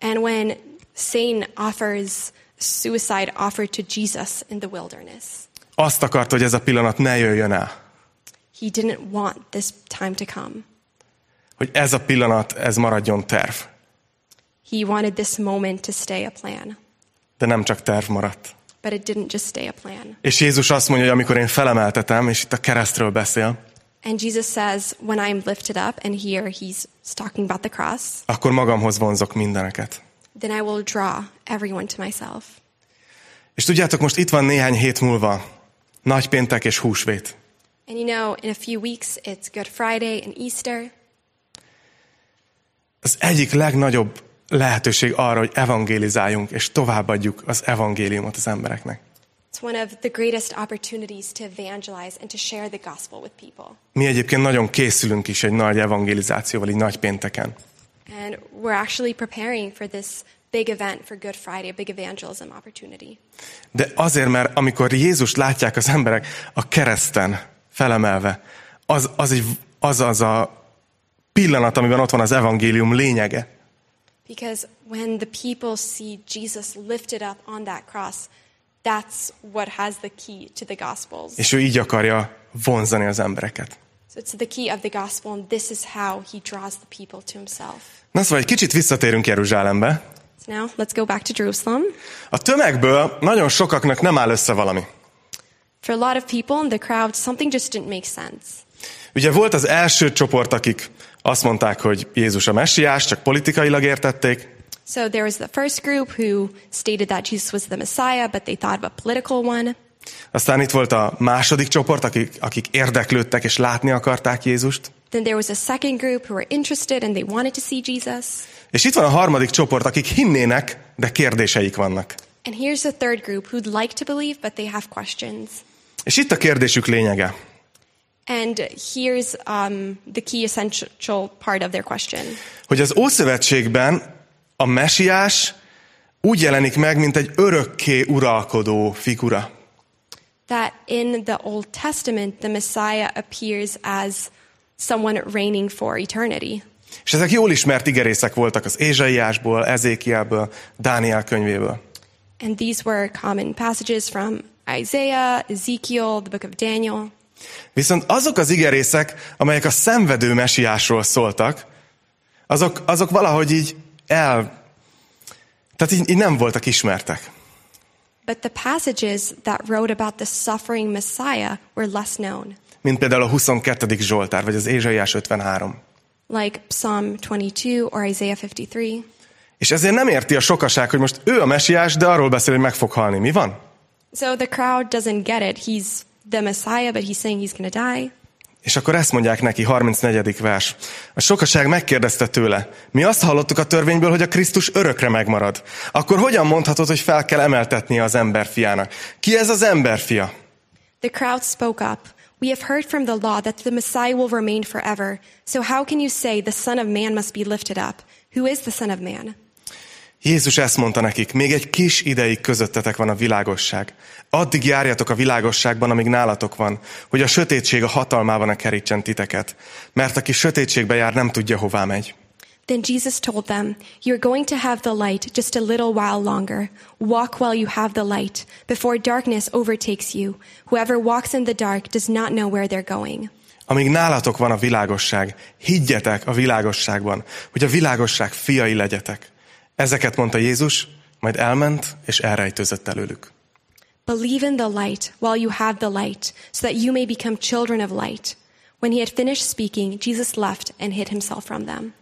Speaker 2: And when Satan offers suicide offer to Jesus in the wilderness,
Speaker 1: Azt akart, hogy ez a pillanat ne jöjjön el.
Speaker 2: he didn't want this time to come.
Speaker 1: Hogy ez a pillanat, ez maradjon terv.
Speaker 2: He wanted this moment to stay a plan,
Speaker 1: De nem csak terv maradt.
Speaker 2: but it didn't just stay a plan.
Speaker 1: És Jézus azt mondja, hogy amikor én felemeltetem, és itt a keresztről beszél,
Speaker 2: And Jesus says, When I'm lifted up, and here he's talking about the cross,
Speaker 1: akkor magamhoz vonzok mindeneket.
Speaker 2: then I will draw everyone to myself.
Speaker 1: És tudjátok, most itt van néhány hét múlva Nagypéntek és húsvét.
Speaker 2: And you know, in a few weeks, it's Good Friday and Easter.
Speaker 1: Az egyik legnagyobb lehetőség arra, hogy evangélizáljunk, és továbbadjuk az evangéliumot az embereknek.
Speaker 2: It's one of the greatest opportunities to evangelize and to share the gospel with people.
Speaker 1: Mi egyébként nagyon készülünk is egy nagy evangelizációval, így nagy pénteken.
Speaker 2: And we're actually preparing for this big event for Good Friday, a big evangelism opportunity.
Speaker 1: De azért, mert amikor Jézust látják az emberek a kereszten felemelve, az az, egy, az, az a pillanat, amiben ott van az evangélium lényege.
Speaker 2: Because when the people see Jesus lifted up on that cross, that's what has the key to the Gospels.
Speaker 1: És ő így akarja vonzani az embereket.
Speaker 2: So it's the key of the Gospel, and this is how he draws the people to himself.
Speaker 1: Na szóval egy kicsit visszatérünk Jeruzsálembe.
Speaker 2: So now let's go back to Jerusalem.
Speaker 1: A tömegből nagyon sokaknak nem áll össze valami.
Speaker 2: For a lot of people in the crowd, something just didn't make sense.
Speaker 1: Ugye volt az első csoport, akik azt mondták, hogy Jézus a messiás, csak politikailag értették.
Speaker 2: So there was the first group who stated that Jesus was the Messiah, but they thought of a political one.
Speaker 1: Aztán itt volt a második csoport, akik, akik érdeklődtek és látni akarták Jézust.
Speaker 2: Then there was a second group who were interested and they wanted to see Jesus.
Speaker 1: És itt van a harmadik csoport, akik hinnének, de kérdéseik vannak.
Speaker 2: And here's the third group who'd like to believe, but they have questions.
Speaker 1: És itt a kérdésük lényege.
Speaker 2: And here's um, the key essential part of their question.
Speaker 1: Hogy az Ószövetségben a mesiás úgy jelenik meg, mint egy örökké uralkodó figura.
Speaker 2: That in the Old Testament, the Messiah appears as someone reigning for eternity.
Speaker 1: És ezek jól ismert igerészek voltak az Ézsaiásból, Ezékielből, Dániel könyvéből.
Speaker 2: And these were common passages from Isaiah, Ezekiel, the book of Daniel.
Speaker 1: Viszont azok az igerészek, amelyek a szenvedő mesiásról szóltak, azok, azok valahogy így el... Tehát így, így nem voltak ismertek.
Speaker 2: But the passages that wrote about the suffering Messiah were less known,
Speaker 1: Mint például a 22. Zsoltár, vagy az Ézsaiás 53.
Speaker 2: like Psalm 22 or Isaiah 53.
Speaker 1: És ezért nem érti a sokaság, hogy most ő a mesiás, de arról beszél, hogy meg fog halni. Mi van?
Speaker 2: So the crowd doesn't get it. He's the Messiah, but he's saying he's going to die.
Speaker 1: És akkor ezt mondják neki, 34. vers. A sokaság megkérdezte tőle, mi azt hallottuk a törvényből, hogy a Krisztus örökre megmarad. Akkor hogyan mondhatod, hogy fel kell emeltetnie az emberfiának? Ki ez az emberfia?
Speaker 2: The crowd spoke up. We have heard from the law that the Messiah will remain forever. So how can you say the Son of Man must be lifted up? Who is the Son of Man?
Speaker 1: Jézus ezt mondta nekik, még egy kis ideig közöttetek van a világosság. Addig járjatok a világosságban, amíg nálatok van, hogy a sötétség a hatalmába ne kerítsen titeket. Mert aki sötétségbe jár, nem tudja, hová megy.
Speaker 2: Then Jesus told them, You're going to have the light just a little while longer. Walk while you have the light, before darkness overtakes you. Whoever walks in the dark does not know where they're going.
Speaker 1: Amíg nálatok van a világosság, higgyetek a világosságban, hogy a világosság fiai legyetek. Ezeket mondta Jézus, majd elment és elrejtőzött előlük.
Speaker 2: Believe in the light while you have the light, so that you may become children of light. When he had finished speaking, Jesus left and hid himself from them.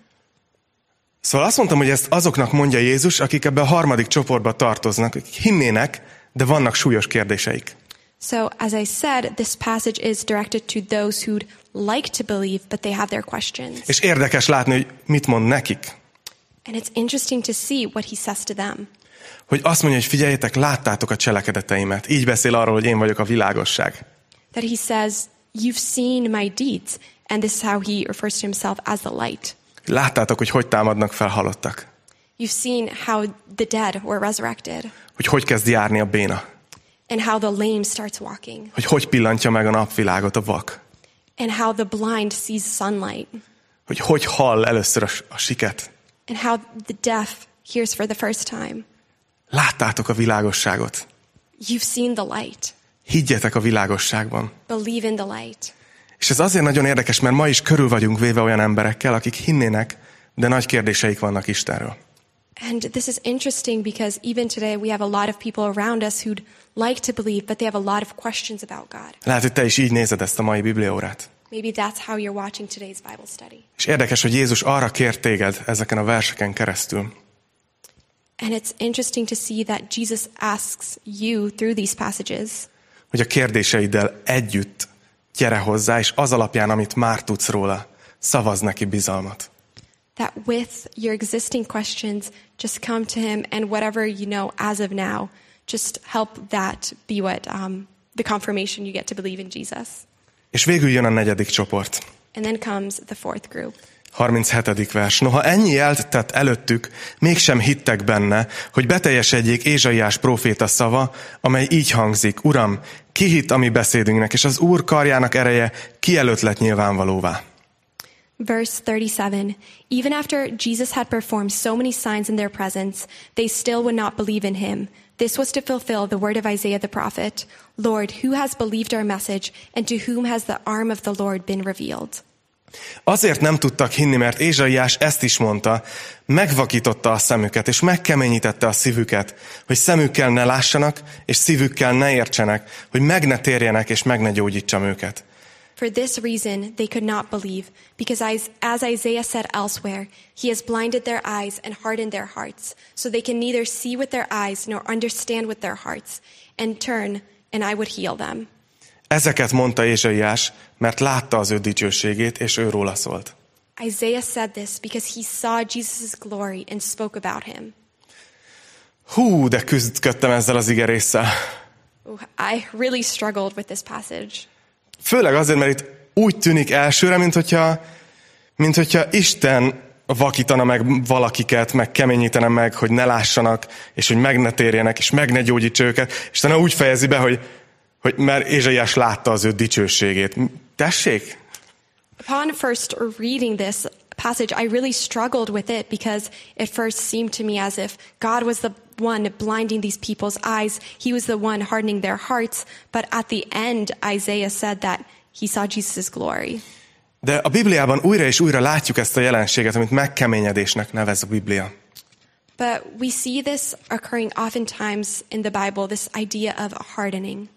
Speaker 1: Szóval azt mondtam, hogy ezt azoknak mondja Jézus, akik ebbe a harmadik csoportba tartoznak, akik hinnének, de vannak súlyos kérdéseik.
Speaker 2: So, as I said, this passage is directed to those who'd like to believe, but they have their questions.
Speaker 1: És érdekes látni, hogy mit mond nekik.
Speaker 2: And it's interesting to see what he says to them.
Speaker 1: Hogy azt mondja, hogy figyeljetek, láttátok a cselekedeteimet. Így beszél arról, hogy én vagyok a világosság.
Speaker 2: That he says, You've seen my deeds. And this is how he refers to himself as the light.
Speaker 1: Láttátok, hogy hogy támadnak fel halottak.
Speaker 2: You've seen how the dead were resurrected,
Speaker 1: Hogy hogy kezd járni a béna.
Speaker 2: and how the lame starts walking,
Speaker 1: Hogy hogy pillantja meg a napvilágot a vak.
Speaker 2: and how the blind sees sunlight,
Speaker 1: Hogy hogy hall először a, a siket.
Speaker 2: and how the deaf hears for the first time.
Speaker 1: Láttátok a világosságot.
Speaker 2: You've seen the light.
Speaker 1: Higgyetek a világosságban.
Speaker 2: Believe in the light.
Speaker 1: És ez azért nagyon érdekes, mert ma is körül vagyunk véve olyan emberekkel, akik hinnének, de nagy kérdéseik vannak Istenről.
Speaker 2: And this is interesting because even today we have a lot of people around us who'd like to believe, but they have a lot of questions about God.
Speaker 1: Lehet, hogy te is így nézed ezt a mai bibliórát.
Speaker 2: Maybe that's how you're watching today's Bible study.
Speaker 1: És érdekes, hogy Jézus arra kért téged ezeken a verseken keresztül,
Speaker 2: And it's interesting to see that Jesus asks you through these passages
Speaker 1: hogy hogy a kérdéseiddel együtt gyere hozzá, és az alapján, amit már tudsz róla, szavaz neki bizalmat.
Speaker 2: That with your existing questions, just come to Him and whatever you know as of now, just help that be what um, the confirmation you get to believe in Jesus.
Speaker 1: És végül jön a negyedik csoport.
Speaker 2: And then comes the fourth group.
Speaker 1: 37. vers. Noha ennyi jelt tett előttük, mégsem hittek benne, hogy beteljesedjék Ézsaiás próféta szava, amely így hangzik, Uram, kihitt a mi beszédünknek, és az Úr karjának ereje kielőtt lett nyilvánvalóvá.
Speaker 2: Verse 37 Even after Jesus had performed so many signs in their presence, they still would not believe in him. This was to fulfill the word of Isaiah the prophet Lord, who has believed our message, and to whom has the arm of the Lord been revealed?
Speaker 1: Azért nem tudtak hinni, mert Ézsaiás ezt is mondta, megvakította a szemüket, és megkeményítette a szívüket, hogy szemükkel ne lássanak, és szívükkel ne értsenek, hogy meg ne térjenek, és meg ne gyógyítsam őket.
Speaker 2: For this reason, they could not believe, because Is- as Isaiah said elsewhere, he has blinded their eyes and hardened their hearts, so they can neither see with their eyes nor understand with their hearts, and turn, and I would heal them.
Speaker 1: Ezeket mondta Ézsaiás, mert látta az ő dicsőségét, és ő róla szólt.
Speaker 2: Isaiah said this because he saw Jesus' glory and spoke about him.
Speaker 1: Hú, de küzdködtem ezzel az igerésszel.
Speaker 2: Ooh, I really struggled with this passage,
Speaker 1: Főleg azért, mert itt úgy tűnik elsőre, mint hogyha, mint hogyha Isten vakítana meg valakiket, meg keményítene meg, hogy ne lássanak, és hogy meg ne térjenek, és meg ne gyógyítsa őket. Isten úgy fejezi be, hogy, hogy mert Ézsaiás látta az ő dicsőségét. Tessék?
Speaker 2: Upon first reading this passage, I really struggled with it because it first seemed to me as if God was the one blinding these people's eyes. He was the one hardening their hearts. But at the end, Isaiah said that he saw Jesus' glory.
Speaker 1: De a Bibliában újra és újra látjuk ezt a jelenséget, amit megkeményedésnek nevez a Biblia.
Speaker 2: But we see this occurring oftentimes in the Bible, this idea of a hardening.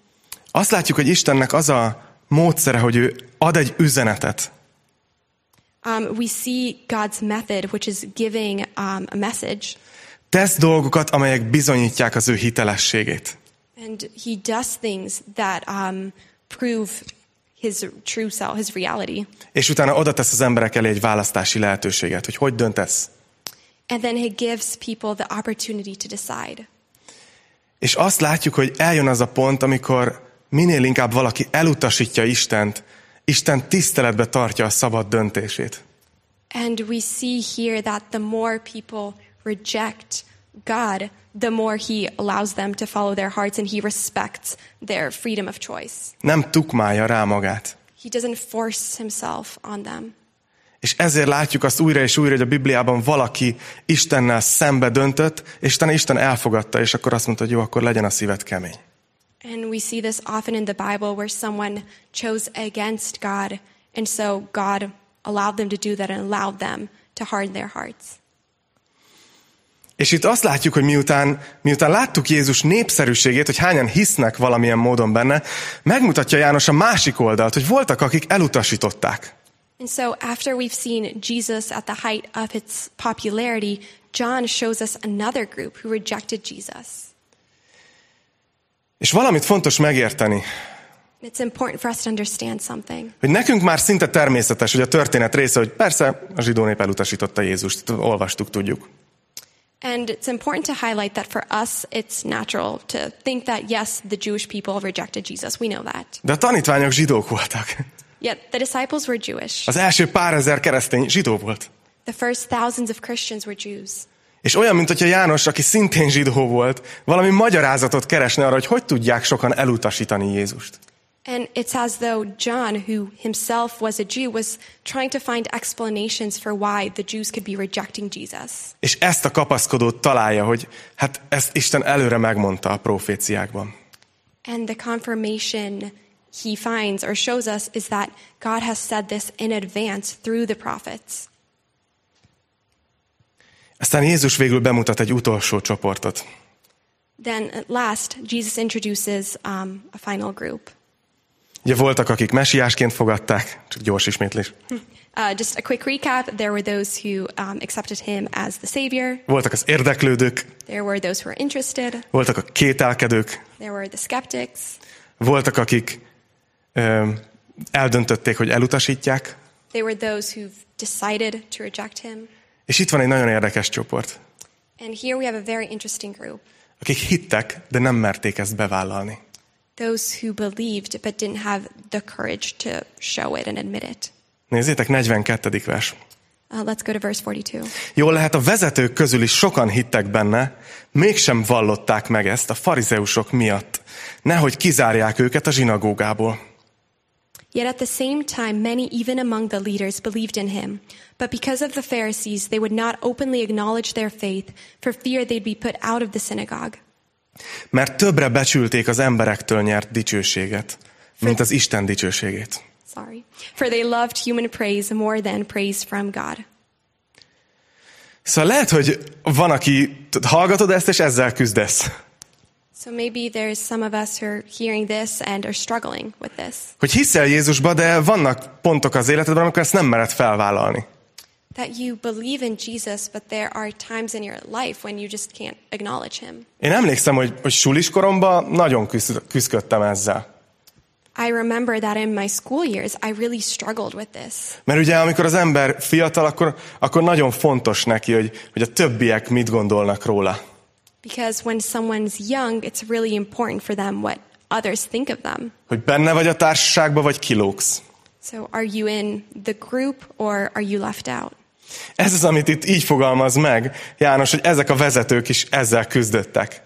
Speaker 1: Azt látjuk, hogy Istennek az a módszere, hogy ő ad egy üzenetet,
Speaker 2: Um, we see God's method, which is giving um, a message.
Speaker 1: Tesz dolgokat, amelyek bizonyítják az ő hitelességét.
Speaker 2: And he does things that um, prove his true self, his reality.
Speaker 1: És utána oda tesz az emberek elé egy választási lehetőséget, hogy hogy döntesz.
Speaker 2: And then he gives people the opportunity to decide.
Speaker 1: És azt látjuk, hogy eljön az a pont, amikor minél inkább valaki elutasítja Istent, Isten tiszteletbe tartja a szabad döntését.
Speaker 2: And we see here that the more people reject God, the more he allows them to follow their hearts and he respects their freedom of choice.
Speaker 1: Nem tukmálja rá magát.
Speaker 2: He doesn't force himself on them.
Speaker 1: És ezért látjuk azt újra és újra, hogy a Bibliában valaki Istennel szembe döntött, és utána Isten elfogadta, és akkor azt mondta, hogy jó, akkor legyen a szíved kemény.
Speaker 2: And we see this often in the Bible where someone chose against God, and so God allowed them to do that and allowed them to harden their hearts.
Speaker 1: És itt azt látjuk, hogy miután, miután láttuk Jézus népszerűségét, hogy hányan hisznek valamilyen módon benne, megmutatja János a másik oldalt, hogy voltak, akik elutasították.
Speaker 2: And so, after we've seen Jesus at the height of its popularity, John shows us another group who rejected Jesus.
Speaker 1: És valamit fontos megérteni,
Speaker 2: And It's important for us to understand something.
Speaker 1: hogy nekünk már szinte természetes, hogy a történet része, hogy persze a zsidó nép elutasította Jézust, olvastuk, tudjuk.
Speaker 2: And it's important to highlight that for us, it's natural to think that, yes, the Jewish people rejected Jesus. We know that.
Speaker 1: De a tanítványok zsidók voltak.
Speaker 2: Yet the disciples were Jewish.
Speaker 1: Az első pár ezer keresztény zsidó volt.
Speaker 2: The first thousands of Christians were Jews.
Speaker 1: És olyan, mint hogyha János, aki szintén zsidó volt, valami magyarázatot keresne arra, hogy hogy tudják sokan elutasítani Jézust.
Speaker 2: And it's as though John, who himself was a Jew, was trying to find explanations for why the Jews could be rejecting Jesus.
Speaker 1: És ezt a kapaszkodót találja, hogy hát ezt Isten előre megmondta a proféciákban.
Speaker 2: And the confirmation he finds or shows us is that God has said this in advance through the prophets.
Speaker 1: Aztán Jézus végül bemutat egy utolsó csoportot.
Speaker 2: Then at last, Jesus introduces um, a final group.
Speaker 1: Ugye voltak, akik mesiásként fogadták, csak gyors ismétlés.
Speaker 2: Uh, just a quick recap there were those who um, accepted him as the Savior,
Speaker 1: Voltak az érdeklődők,
Speaker 2: there were those who were interested,
Speaker 1: voltak a kételkedők,
Speaker 2: there were the skeptics,
Speaker 1: Voltak, akik ö, eldöntötték, hogy elutasítják,
Speaker 2: They were those who've decided to reject him.
Speaker 1: és itt van egy nagyon érdekes csoport,
Speaker 2: And here we have a very interesting group
Speaker 1: akik hittek, de nem merték ezt bevállalni.
Speaker 2: those who believed but didn't have the courage to show it and admit it.
Speaker 1: Nézzétek, 42. vers.
Speaker 2: Uh, let's go to verse 42.
Speaker 1: Jól lehet, a vezetők közül is sokan hittek benne, mégsem vallották meg ezt a farizeusok miatt, nehogy kizárják őket a zsinagógából.
Speaker 2: Yet at the same time, many, even among the leaders, believed in him. But because of the Pharisees, they would not openly acknowledge their faith for fear they'd be put out of the synagogue.
Speaker 1: Mert többre becsülték az emberektől nyert dicsőséget, mint az Isten dicsőségét.
Speaker 2: Sorry. For they loved human praise more than praise from God.
Speaker 1: Szóval lehet, hogy van, aki t- hallgatod ezt, és ezzel küzdesz.
Speaker 2: So maybe there's some of us who are hearing this and are struggling with this.
Speaker 1: Hogy hiszel Jézusba, de vannak pontok az életedben, amikor ezt nem mered felvállalni.
Speaker 2: That you believe in Jesus, but there are times in your life when you just can't acknowledge him.
Speaker 1: Én emlékszem, hogy, hogy sulis koromban nagyon küzd, küzdködtem ezzel.
Speaker 2: I remember that in my school years, I really struggled with this.
Speaker 1: Mert ugye, amikor az ember fiatal, akkor, akkor nagyon fontos neki, hogy, hogy a többiek mit gondolnak róla.
Speaker 2: Because when someone's young, it's really important for them what others think of them.
Speaker 1: Hogy benne vagy a társaságban, vagy kilógsz.
Speaker 2: So are you in the group or are you left out?
Speaker 1: Ez az, amit itt így fogalmaz meg János, hogy ezek a vezetők is ezzel küzdöttek.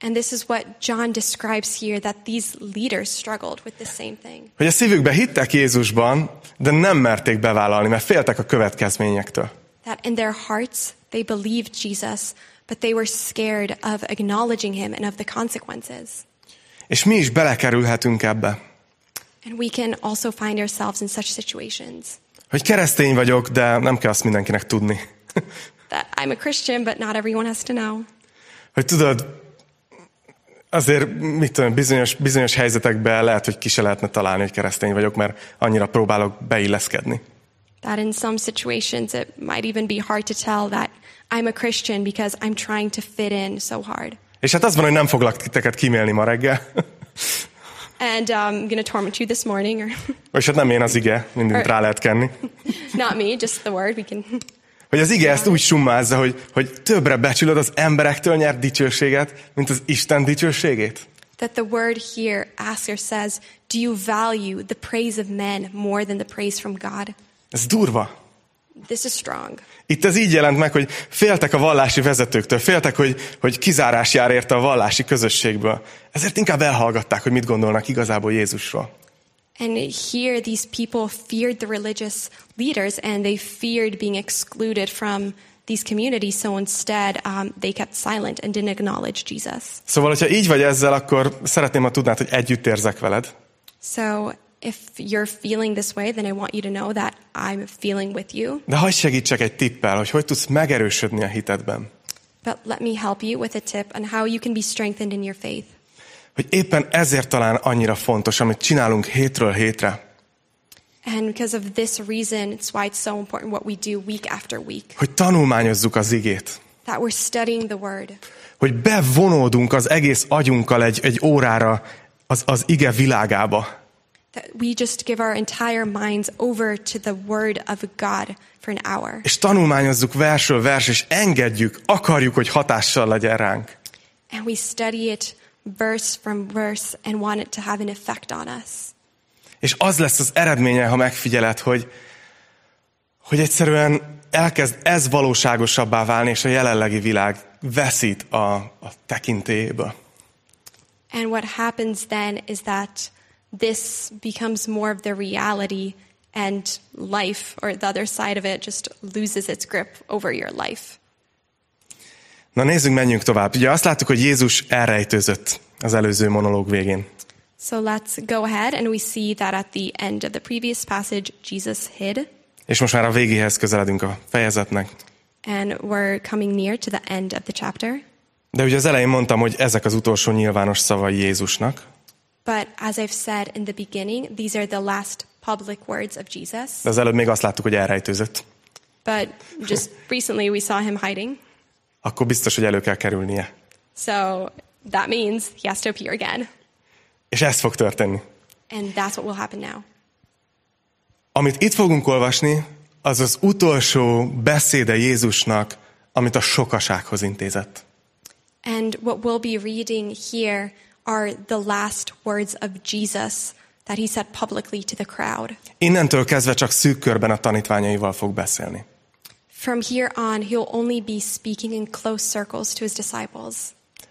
Speaker 2: And this is what John describes here that these leaders struggled with the same thing.
Speaker 1: Hogy a szívükbe hittek Jézusban, de nem merték bevállalni, mert féltek a következményektől.
Speaker 2: That in their hearts, they believed Jesus, but they were scared of acknowledging him and of the consequences.
Speaker 1: És mi is belekerülhetünk ebbe.
Speaker 2: And we can also find ourselves in such situations
Speaker 1: Hogy keresztény vagyok, de nem kell azt mindenkinek tudni. *laughs*
Speaker 2: that I'm a Christian, but not everyone has to know.
Speaker 1: Hogy tudod, azért mit tudom, bizonyos, bizonyos helyzetekben lehet, hogy ki se lehetne találni, hogy keresztény vagyok, mert annyira próbálok beilleszkedni.
Speaker 2: That in some situations, it might even be hard to tell that I'm a Christian because I'm trying to fit in so hard.
Speaker 1: És hát az van, hogy nem foglak titeket kímélni ma reggel. *laughs*
Speaker 2: And um, I'm going to torment you this morning, or *laughs*
Speaker 1: Vagyis hát nem én az ige, mindent rá lehet kenni.
Speaker 2: not me, just the word. We can. *laughs*
Speaker 1: Hogy az ige ezt úgy summázza, hogy, hogy többre becsülöd az emberektől nyert dicsőséget, mint az Isten dicsőségét.
Speaker 2: That the word here asks or says, Do you value the praise of men more than the praise from God?
Speaker 1: Ez durva.
Speaker 2: This is strong.
Speaker 1: Itt ez így jelent meg, hogy féltek a vallási vezetőktől, féltek, hogy, hogy kizárás jár érte a vallási közösségből. Ezért inkább elhallgatták, hogy mit gondolnak igazából Jézusról.
Speaker 2: And here, these people feared the religious leaders and they feared being excluded from these communities. So instead, um, they kept silent and didn't acknowledge Jesus.
Speaker 1: Szóval, hogyha így vagy ezzel, akkor szeretném, ha tudnád, hogy együtt érzek veled.
Speaker 2: So if you're feeling this way, then I want you to know that I'm feeling with you.
Speaker 1: De hagyj segítsek egy tippel, hogy hogy tudsz megerősödni a hitedben.
Speaker 2: But let me help you with a tip on how you can be strengthened in your faith.
Speaker 1: Hogy éppen ezért talán annyira fontos, amit csinálunk hétről hétre,
Speaker 2: And because of this reason, it's why it's so important what we do week after week
Speaker 1: hogy tanulmányozzuk az igét,
Speaker 2: that we're studying the Word,
Speaker 1: hogy bevonódunk az egész agyunkkal egy, egy órára az, az ige világába.
Speaker 2: that we just give our entire minds over to the Word of God for an hour.
Speaker 1: és tanulmányozzuk versről vers, és engedjük, akarjuk, hogy hatással legyen ránk.
Speaker 2: And we study it verse from verse and want it to have an effect on us.
Speaker 1: És az lesz az eredménye, ha megfigyeled, hogy, hogy egyszerűen elkezd ez valóságosabbá válni, és a jelenlegi világ veszít a, a tekintélyéből.
Speaker 2: And what happens then is that this becomes more of the reality, and life, or the other side of it, just loses its grip over your life.
Speaker 1: Na nézzük, menjünk tovább. Ugye azt láttuk, hogy Jézus elrejtőzött az előző monológ végén.
Speaker 2: So let's go ahead, and we see that at the end of the previous passage, Jesus hid,
Speaker 1: És most már a végéhez közeledünk a fejezetnek.
Speaker 2: and we're coming near to the end of the chapter.
Speaker 1: De ugye az elején mondtam, hogy ezek az utolsó nyilvános szavai Jézusnak,
Speaker 2: But as I've said in the beginning, these are the last public words of Jesus.
Speaker 1: de az előbb még azt láttuk, hogy elrejtőzött.
Speaker 2: But just recently, we saw him hiding.
Speaker 1: Akkor biztos, hogy elő kell kerülnie.
Speaker 2: So that means he has to appear again.
Speaker 1: És ez fog történni.
Speaker 2: And that's what will happen now.
Speaker 1: Amit itt fogunk olvasni, az az utolsó beszéde Jézusnak, amit a sokasághoz intézett.
Speaker 2: And what we'll be reading here are the last words of Jesus that he said publicly to the crowd.
Speaker 1: Innentől kezdve csak szűk körben a tanítványaival fog beszélni.
Speaker 2: From here on, he'll only be speaking in close circles to his disciples.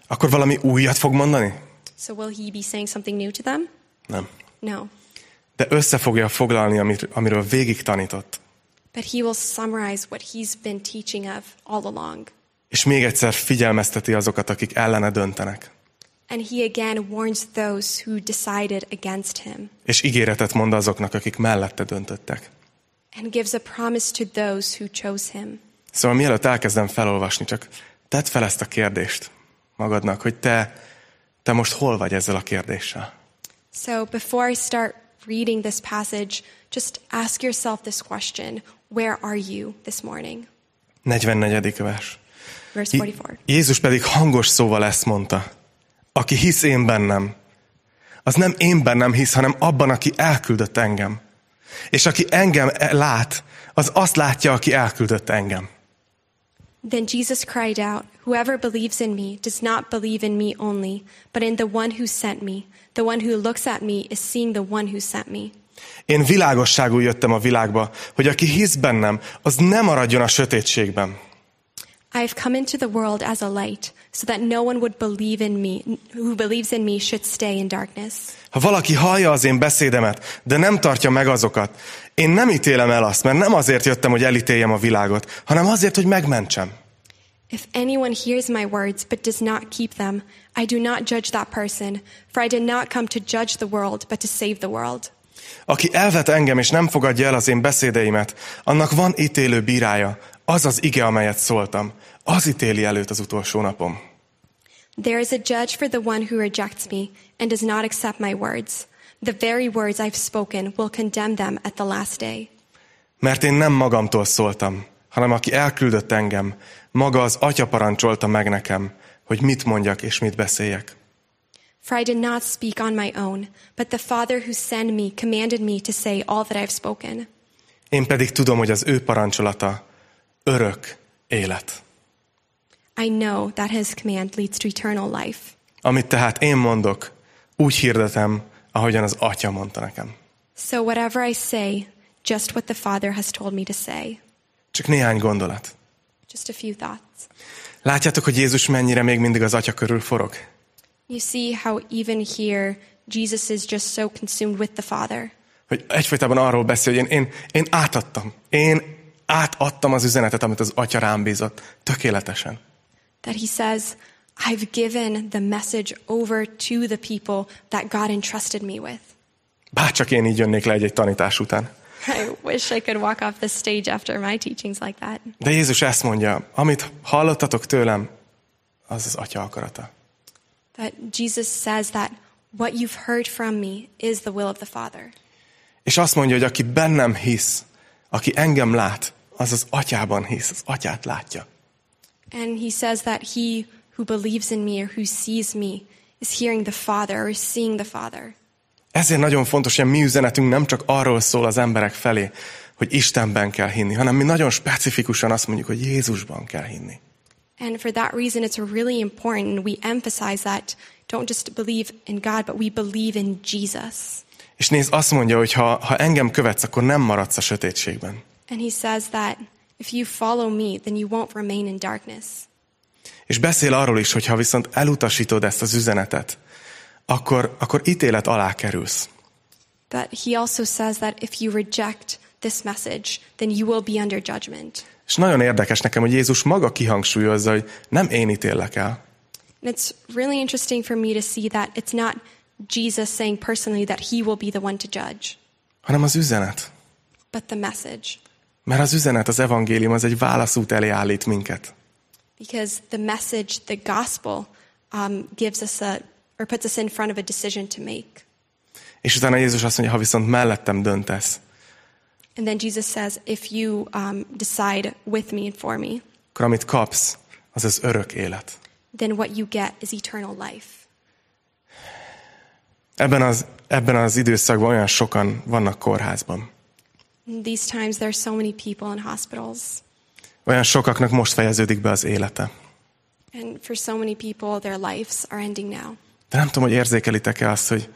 Speaker 1: Akkor valami újat fog mondani?
Speaker 2: So will he be saying something new to them?
Speaker 1: Nem.
Speaker 2: No.
Speaker 1: De össze fogja foglalni, amit- amiről végig tanított.
Speaker 2: But he will summarize what he's been teaching of all along.
Speaker 1: És még egyszer figyelmezteti azokat, akik ellene döntenek.
Speaker 2: And he again warns those who decided against him
Speaker 1: És ígéretet mond azoknak, akik mellette döntöttek.
Speaker 2: and gives a promise to those who chose him.
Speaker 1: Szóval mielőtt elkezdem felolvasni, csak tedd fel ezt a kérdést magadnak, hogy te, te most hol vagy ezzel a kérdéssel?
Speaker 2: So before I start reading this passage, just ask yourself this question Where are you this morning?
Speaker 1: 44. vers.
Speaker 2: Verse
Speaker 1: J-
Speaker 2: 44.
Speaker 1: Jézus pedig hangos szóval ezt mondta. Aki hisz én bennem, az nem én bennem hisz, hanem abban, aki elküldött engem. És aki engem e- lát, az azt látja, aki elküldött engem.
Speaker 2: Then Jesus cried out, Whoever believes in me does not believe in me only, but in the one who sent me. The one who looks at me is seeing the one who sent me.
Speaker 1: Én világosságul jöttem a világba, hogy aki hisz bennem, az nem maradjon a sötétségben.
Speaker 2: I have come into the world as a light, so that no one would believe in me who believes in me should stay in darkness.
Speaker 1: Ha valaki hallja az én beszédemet, de nem tartja meg azokat, én nem ítélem el azt, mert nem azért jöttem, hogy elítéljem a világot, hanem azért, hogy megmentsem.
Speaker 2: If anyone hears my words but does not keep them, I do not judge that person, for I did not come to judge the world, but to save the world.
Speaker 1: Aki elvet engem és nem fogadja el az én beszédeimet, annak van ítélő bírája, az az ige, amelyet szóltam. Az ítéli előtt az utolsó napom.
Speaker 2: There is a judge for the one who rejects me and does not accept my words. The very words I've spoken will condemn them at the last day.
Speaker 1: Mert én nem magamtól szóltam, hanem aki elküldött engem, maga az atya parancsolta meg nekem, hogy mit mondjak és mit beszéljek.
Speaker 2: For I did not speak on my own, but the Father who sent me commanded me to say all that I've spoken.
Speaker 1: Én pedig tudom, hogy az ő parancsolata örök élet.
Speaker 2: I know that his command leads to eternal life.
Speaker 1: Amit tehát én mondok, úgy hirdetem, ahogyan az atya mondta nekem.
Speaker 2: So whatever I say, just what the Father has told me to say.
Speaker 1: Csak néhány gondolat.
Speaker 2: Just a few thoughts.
Speaker 1: Látjátok, hogy Jézus mennyire még mindig az atya körül forog?
Speaker 2: You see how even here, Jesus is just so consumed with the Father.
Speaker 1: Hogy egyfajtában arról beszél, hogy én, én, én átadtam. Én átadtam az üzenetet, amit az atya rám bízott. Tökéletesen.
Speaker 2: That he says, I've given the message over to the people that God entrusted me with. *laughs*
Speaker 1: Bárcsak én így jönnék le egy-egy tanítás után.
Speaker 2: I wish I could walk off the stage after my teachings like that.
Speaker 1: De Jézus ezt mondja, amit hallottatok tőlem, az az atya akarata.
Speaker 2: That Jesus says that what you've heard from me is the will of the Father.
Speaker 1: És azt mondja, hogy aki bennem hisz, aki engem lát, az az atyában hisz, az atyát látja.
Speaker 2: And he says that he who believes in me or who sees me is hearing the Father or is seeing the Father.
Speaker 1: Ezért nagyon fontos, hogy a mi üzenetünk nem csak arról szól az emberek felé, hogy Istenben kell hinni, hanem mi nagyon specifikusan azt mondjuk, hogy Jézusban kell hinni.
Speaker 2: And for that reason, it's really important. We emphasize that don't just believe in God, but we believe in Jesus.
Speaker 1: És nézd, azt mondja, hogy ha, ha engem követsz, akkor nem maradsz a sötétségben.
Speaker 2: And he says that if you follow me, then you won't remain in darkness.
Speaker 1: És beszél arról is, hogy ha viszont elutasítod ezt az üzenetet, akkor, akkor ítélet alá kerülsz.
Speaker 2: But he also says that if you reject this message, then you will be under judgment.
Speaker 1: És nagyon érdekes nekem, hogy Jézus maga kihangsúlyozza, hogy nem én ítéllek el,
Speaker 2: And it's really interesting for me to see that it's not Jesus saying personally that he will be the one to judge,
Speaker 1: hanem az üzenet.
Speaker 2: but the message.
Speaker 1: Mert az üzenet, az evangélium az egy válaszút elé állít minket.
Speaker 2: Because the message, the gospel, um, gives us a, or puts us in front of a decision to make.
Speaker 1: És utána Jézus azt mondja, ha viszont mellettem döntesz,
Speaker 2: And then Jesus says, if you um, decide with me and for me,
Speaker 1: akkor amit kapsz, az az örök élet.
Speaker 2: then what you get is eternal life.
Speaker 1: Ebben az, ebben az időszakban olyan sokan vannak kórházban.
Speaker 2: In these times, there are so many people in hospitals.
Speaker 1: Olyan sokaknak most fejeződik be az élete.
Speaker 2: And for so many people, their lives are ending now.
Speaker 1: De nem tudom, hogy érzékelitek-e azt, hogy,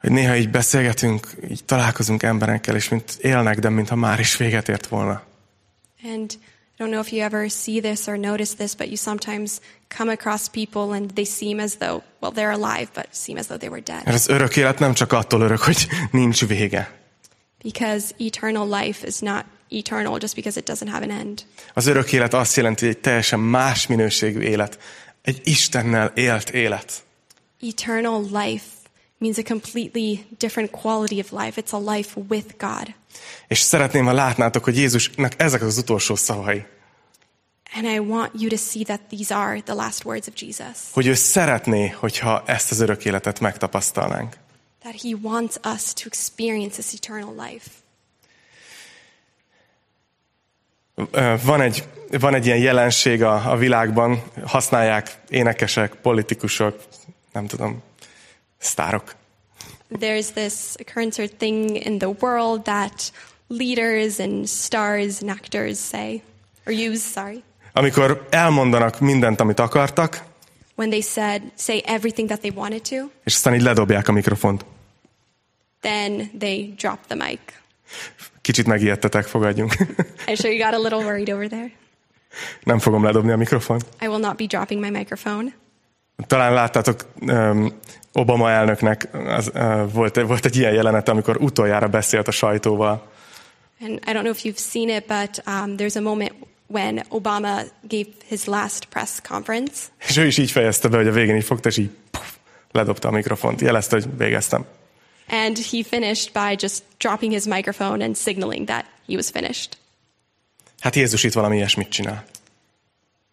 Speaker 1: hogy néha így beszélgetünk, így találkozunk emberekkel, és mint élnek, de mintha már is véget ért volna.
Speaker 2: And I don't know if you ever see this or notice this, but you sometimes come across people and they seem as though, well, they're alive, but seem as though they were dead.
Speaker 1: Mert az örök élet nem csak attól örök, hogy *laughs* nincs vége.
Speaker 2: Because eternal life is not eternal just because it doesn't have an end.
Speaker 1: Az örök élet azt jelenti, hogy egy teljesen más minőségű élet. Egy Istennel élt élet.
Speaker 2: Eternal life means a completely different quality of life. It's a life with God.
Speaker 1: És szeretném, ha látnátok, hogy Jézusnak ezek az utolsó szavai.
Speaker 2: And I want you to see that these are the last words of Jesus,
Speaker 1: Hogy ő szeretné, hogyha ezt az örök életet megtapasztalnánk.
Speaker 2: that he wants us to experience this eternal life.
Speaker 1: Ö, Van egy, van egy ilyen jelenség a, a világban, használják énekesek, politikusok, nem tudom, sztárok.
Speaker 2: There's this occurrence or thing in the world that leaders and stars and actors say, or use, sorry,
Speaker 1: Amikor elmondanak mindent, amit akartak,
Speaker 2: when they said, say everything that they wanted to,
Speaker 1: és aztán így ledobják a mikrofont.
Speaker 2: then they drop the mic.
Speaker 1: Kicsit megijedtetek, fogadjunk. *laughs*
Speaker 2: I'm sure you got a little worried over there.
Speaker 1: Nem fogom ledobni a mikrofont.
Speaker 2: I will not be dropping my microphone.
Speaker 1: Talán láttátok, öm, Obama elnöknek az, ö, volt, volt egy ilyen jelenet, amikor utoljára beszélt a sajtóval.
Speaker 2: And I don't know if you've seen it, but um, there's a moment when Obama gave his last press conference,
Speaker 1: És ő is így fejezte be, hogy a végén így fogta, és így puf, ledobta a mikrofont. Jelezte, hogy végeztem.
Speaker 2: and he finished by just dropping his microphone and signaling that he was finished.
Speaker 1: Hát Jézus itt valami ilyesmit csinál.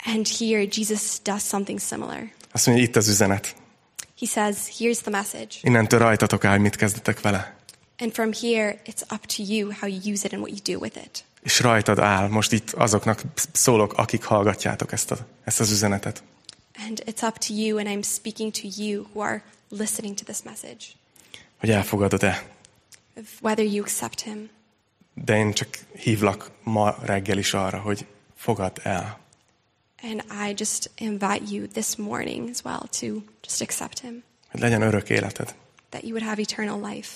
Speaker 2: And here, Jesus does something similar.
Speaker 1: Azt mondja, itt az üzenet.
Speaker 2: He says, Here's the message.
Speaker 1: Innentől rajtatok áll, hogy mit kezdetek vele.
Speaker 2: And from here, it's up to you how you use it and what you do with it.
Speaker 1: És rajtad áll, most itt azoknak szólok, akik hallgatjátok ezt, a, ezt az üzenetet.
Speaker 2: And it's up to you, and I'm speaking to you who are listening to this message,
Speaker 1: Hogy elfogadod-e.
Speaker 2: of whether you accept him.
Speaker 1: De én csak hívlak ma reggel is arra, hogy fogad el.
Speaker 2: And I just invite you this morning as well to just accept him,
Speaker 1: Hogy legyen örök életed.
Speaker 2: that you would have eternal life.